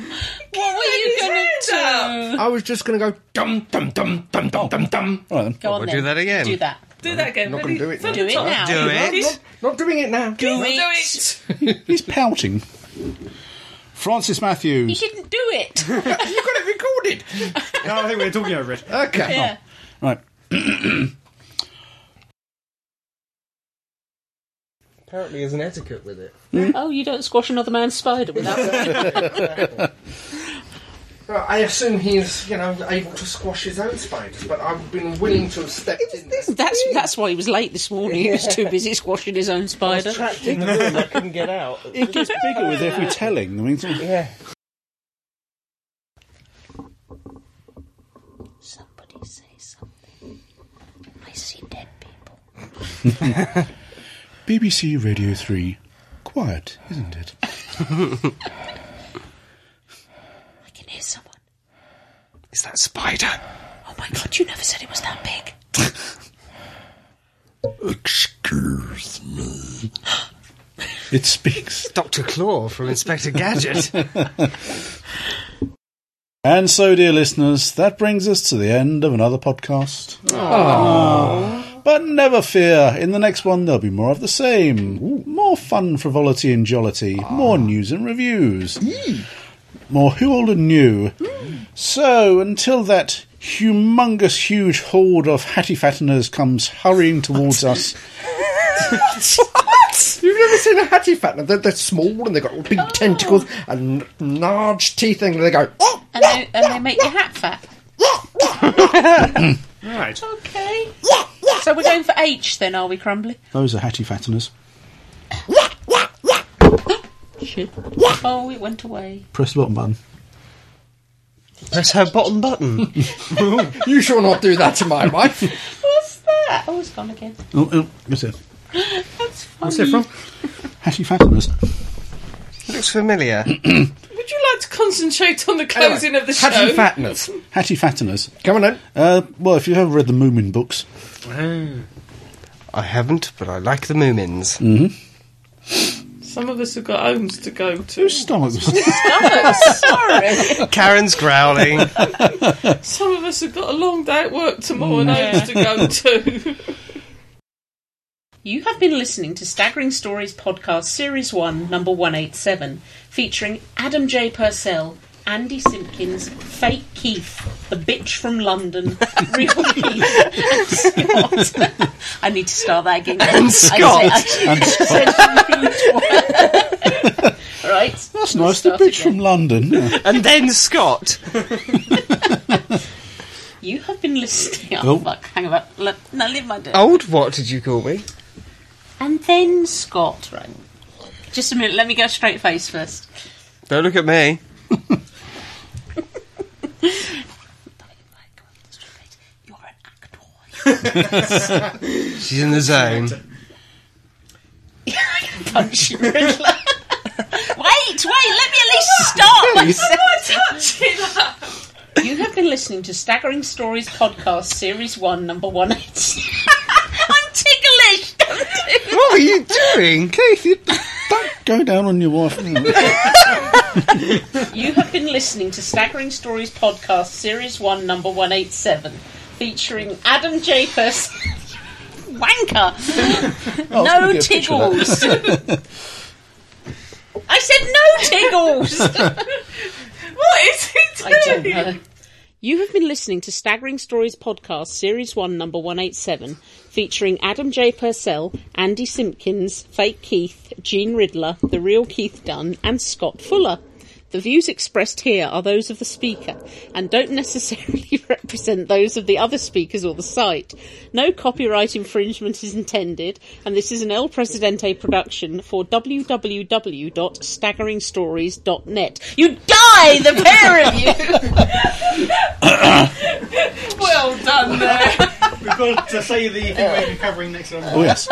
Speaker 4: what were you going to do?
Speaker 5: I was just going to go dum dum dum dum dum dum dum.
Speaker 2: All right then.
Speaker 4: Go on,
Speaker 3: We'll
Speaker 4: then.
Speaker 3: do that again.
Speaker 4: Do that.
Speaker 7: Do that again.
Speaker 5: Not
Speaker 7: ready?
Speaker 5: gonna do it
Speaker 7: From
Speaker 5: now.
Speaker 4: Do
Speaker 7: the
Speaker 4: it
Speaker 7: top.
Speaker 4: now.
Speaker 3: Do it.
Speaker 5: Not doing it now.
Speaker 4: Do
Speaker 7: Do
Speaker 4: it.
Speaker 7: it.
Speaker 2: He's pouting. Francis
Speaker 4: You
Speaker 2: Matthews.
Speaker 4: didn't do it.
Speaker 5: You've got it recorded.
Speaker 1: No, I think we're talking over it.
Speaker 5: Okay.
Speaker 4: Yeah.
Speaker 2: Right.
Speaker 3: Apparently, there's an etiquette with it.
Speaker 4: Oh, you don't squash another man's spider without.
Speaker 5: Well, I assume he is, you know, able to squash his own spiders, but I've been willing to have stepped in. This
Speaker 4: that's that's why he was late this morning. He was too busy squashing his own spider.
Speaker 3: Trapped in the room, I couldn't get out.
Speaker 2: It gets bigger with every telling. I mean, it's all-
Speaker 3: Yeah.
Speaker 4: Somebody say something. I see dead people.
Speaker 2: BBC Radio 3. Quiet, isn't it?
Speaker 4: I can hear someone.
Speaker 3: Is that spider?
Speaker 4: Oh my god! You never said it was that big.
Speaker 9: Excuse me.
Speaker 2: It speaks.
Speaker 3: Dr. Claw from Inspector Gadget.
Speaker 2: And so, dear listeners, that brings us to the end of another podcast. But never fear, in the next one there'll be more of the same. More fun, frivolity, and jollity. More news and reviews. More who old and new. So, until that humongous, huge horde of hatty fatteners comes hurrying towards us,
Speaker 5: You've never seen a hattie fattener. They're, they're small and they've got big tentacles and large teeth, and they go. Oh,
Speaker 4: And they, and they make your hat fat.
Speaker 1: Right.
Speaker 4: Okay. So we're going for H then, are we, Crumbly?
Speaker 2: those are hatty fatteners.
Speaker 4: Shit. Oh, it went away.
Speaker 2: Press the bottom button.
Speaker 3: Press her bottom button.
Speaker 5: you shall not do that to my wife.
Speaker 4: What's that? Oh, it's gone again.
Speaker 2: Oh, oh, that's it.
Speaker 4: That's funny.
Speaker 1: What's it from?
Speaker 2: Hatty fatteners.
Speaker 3: Looks familiar.
Speaker 7: Would you like to concentrate on the closing of the show?
Speaker 5: Hattie fatteners.
Speaker 2: Hatty fatteners.
Speaker 5: Come on in.
Speaker 2: Uh, well, if you've ever read the Moomin books,
Speaker 3: I haven't, but I like the Moomins.
Speaker 7: Some of us have got homes to go to.
Speaker 2: stomach was
Speaker 3: Karen's growling.
Speaker 7: Some of us have got a long day at work tomorrow and homes to go to.
Speaker 4: You have been listening to Staggering Stories Podcast Series 1, number 187, featuring Adam J. Purcell, Andy Simpkins, Fake Keith, the bitch from London, Real Keith, and Scott. I need to start that again. And
Speaker 3: Scott.
Speaker 4: and Scott. right.
Speaker 2: That's nice. The bitch from London. Yeah.
Speaker 3: and then Scott.
Speaker 4: You have been listening. Oh,
Speaker 2: Oh.
Speaker 4: fuck. Hang about. Look, no, leave my door.
Speaker 3: Old what did you call me?
Speaker 4: And then Scott. Right. Just a minute. Let me go straight face first.
Speaker 3: Don't look at me.
Speaker 4: You're an actor.
Speaker 3: She's in the zone.
Speaker 4: I can punch you, Riddler. wait, wait. Let me at least start. You have been listening to Staggering Stories Podcast Series 1, number 180. I'm ticklish. Don't do
Speaker 3: What are you doing? Keith, you...
Speaker 2: Don't go down on your wife.
Speaker 4: You have been listening to Staggering Stories Podcast Series 1, number 187, featuring Adam Japers. Wanker!
Speaker 2: gonna
Speaker 4: no
Speaker 2: Oh, get a picture of
Speaker 4: tiggles! I said no tiggles!
Speaker 7: What is he doing?
Speaker 4: I don't know. You have been listening to Staggering Stories Podcast, Series 1, Number 187, featuring Adam J. Purcell, Andy Simpkins, Fake Keith, Gene Riddler, The Real Keith Dunn, and Scott Fuller. The views expressed here are those of the speaker and don't necessarily represent those of the other speakers or the site. No copyright infringement is intended, and this is an El Presidente production for www.staggeringstories.net. You die, the pair of you!
Speaker 7: Well done there.
Speaker 1: We've got to say the thing we're covering next time.
Speaker 2: Oh yes.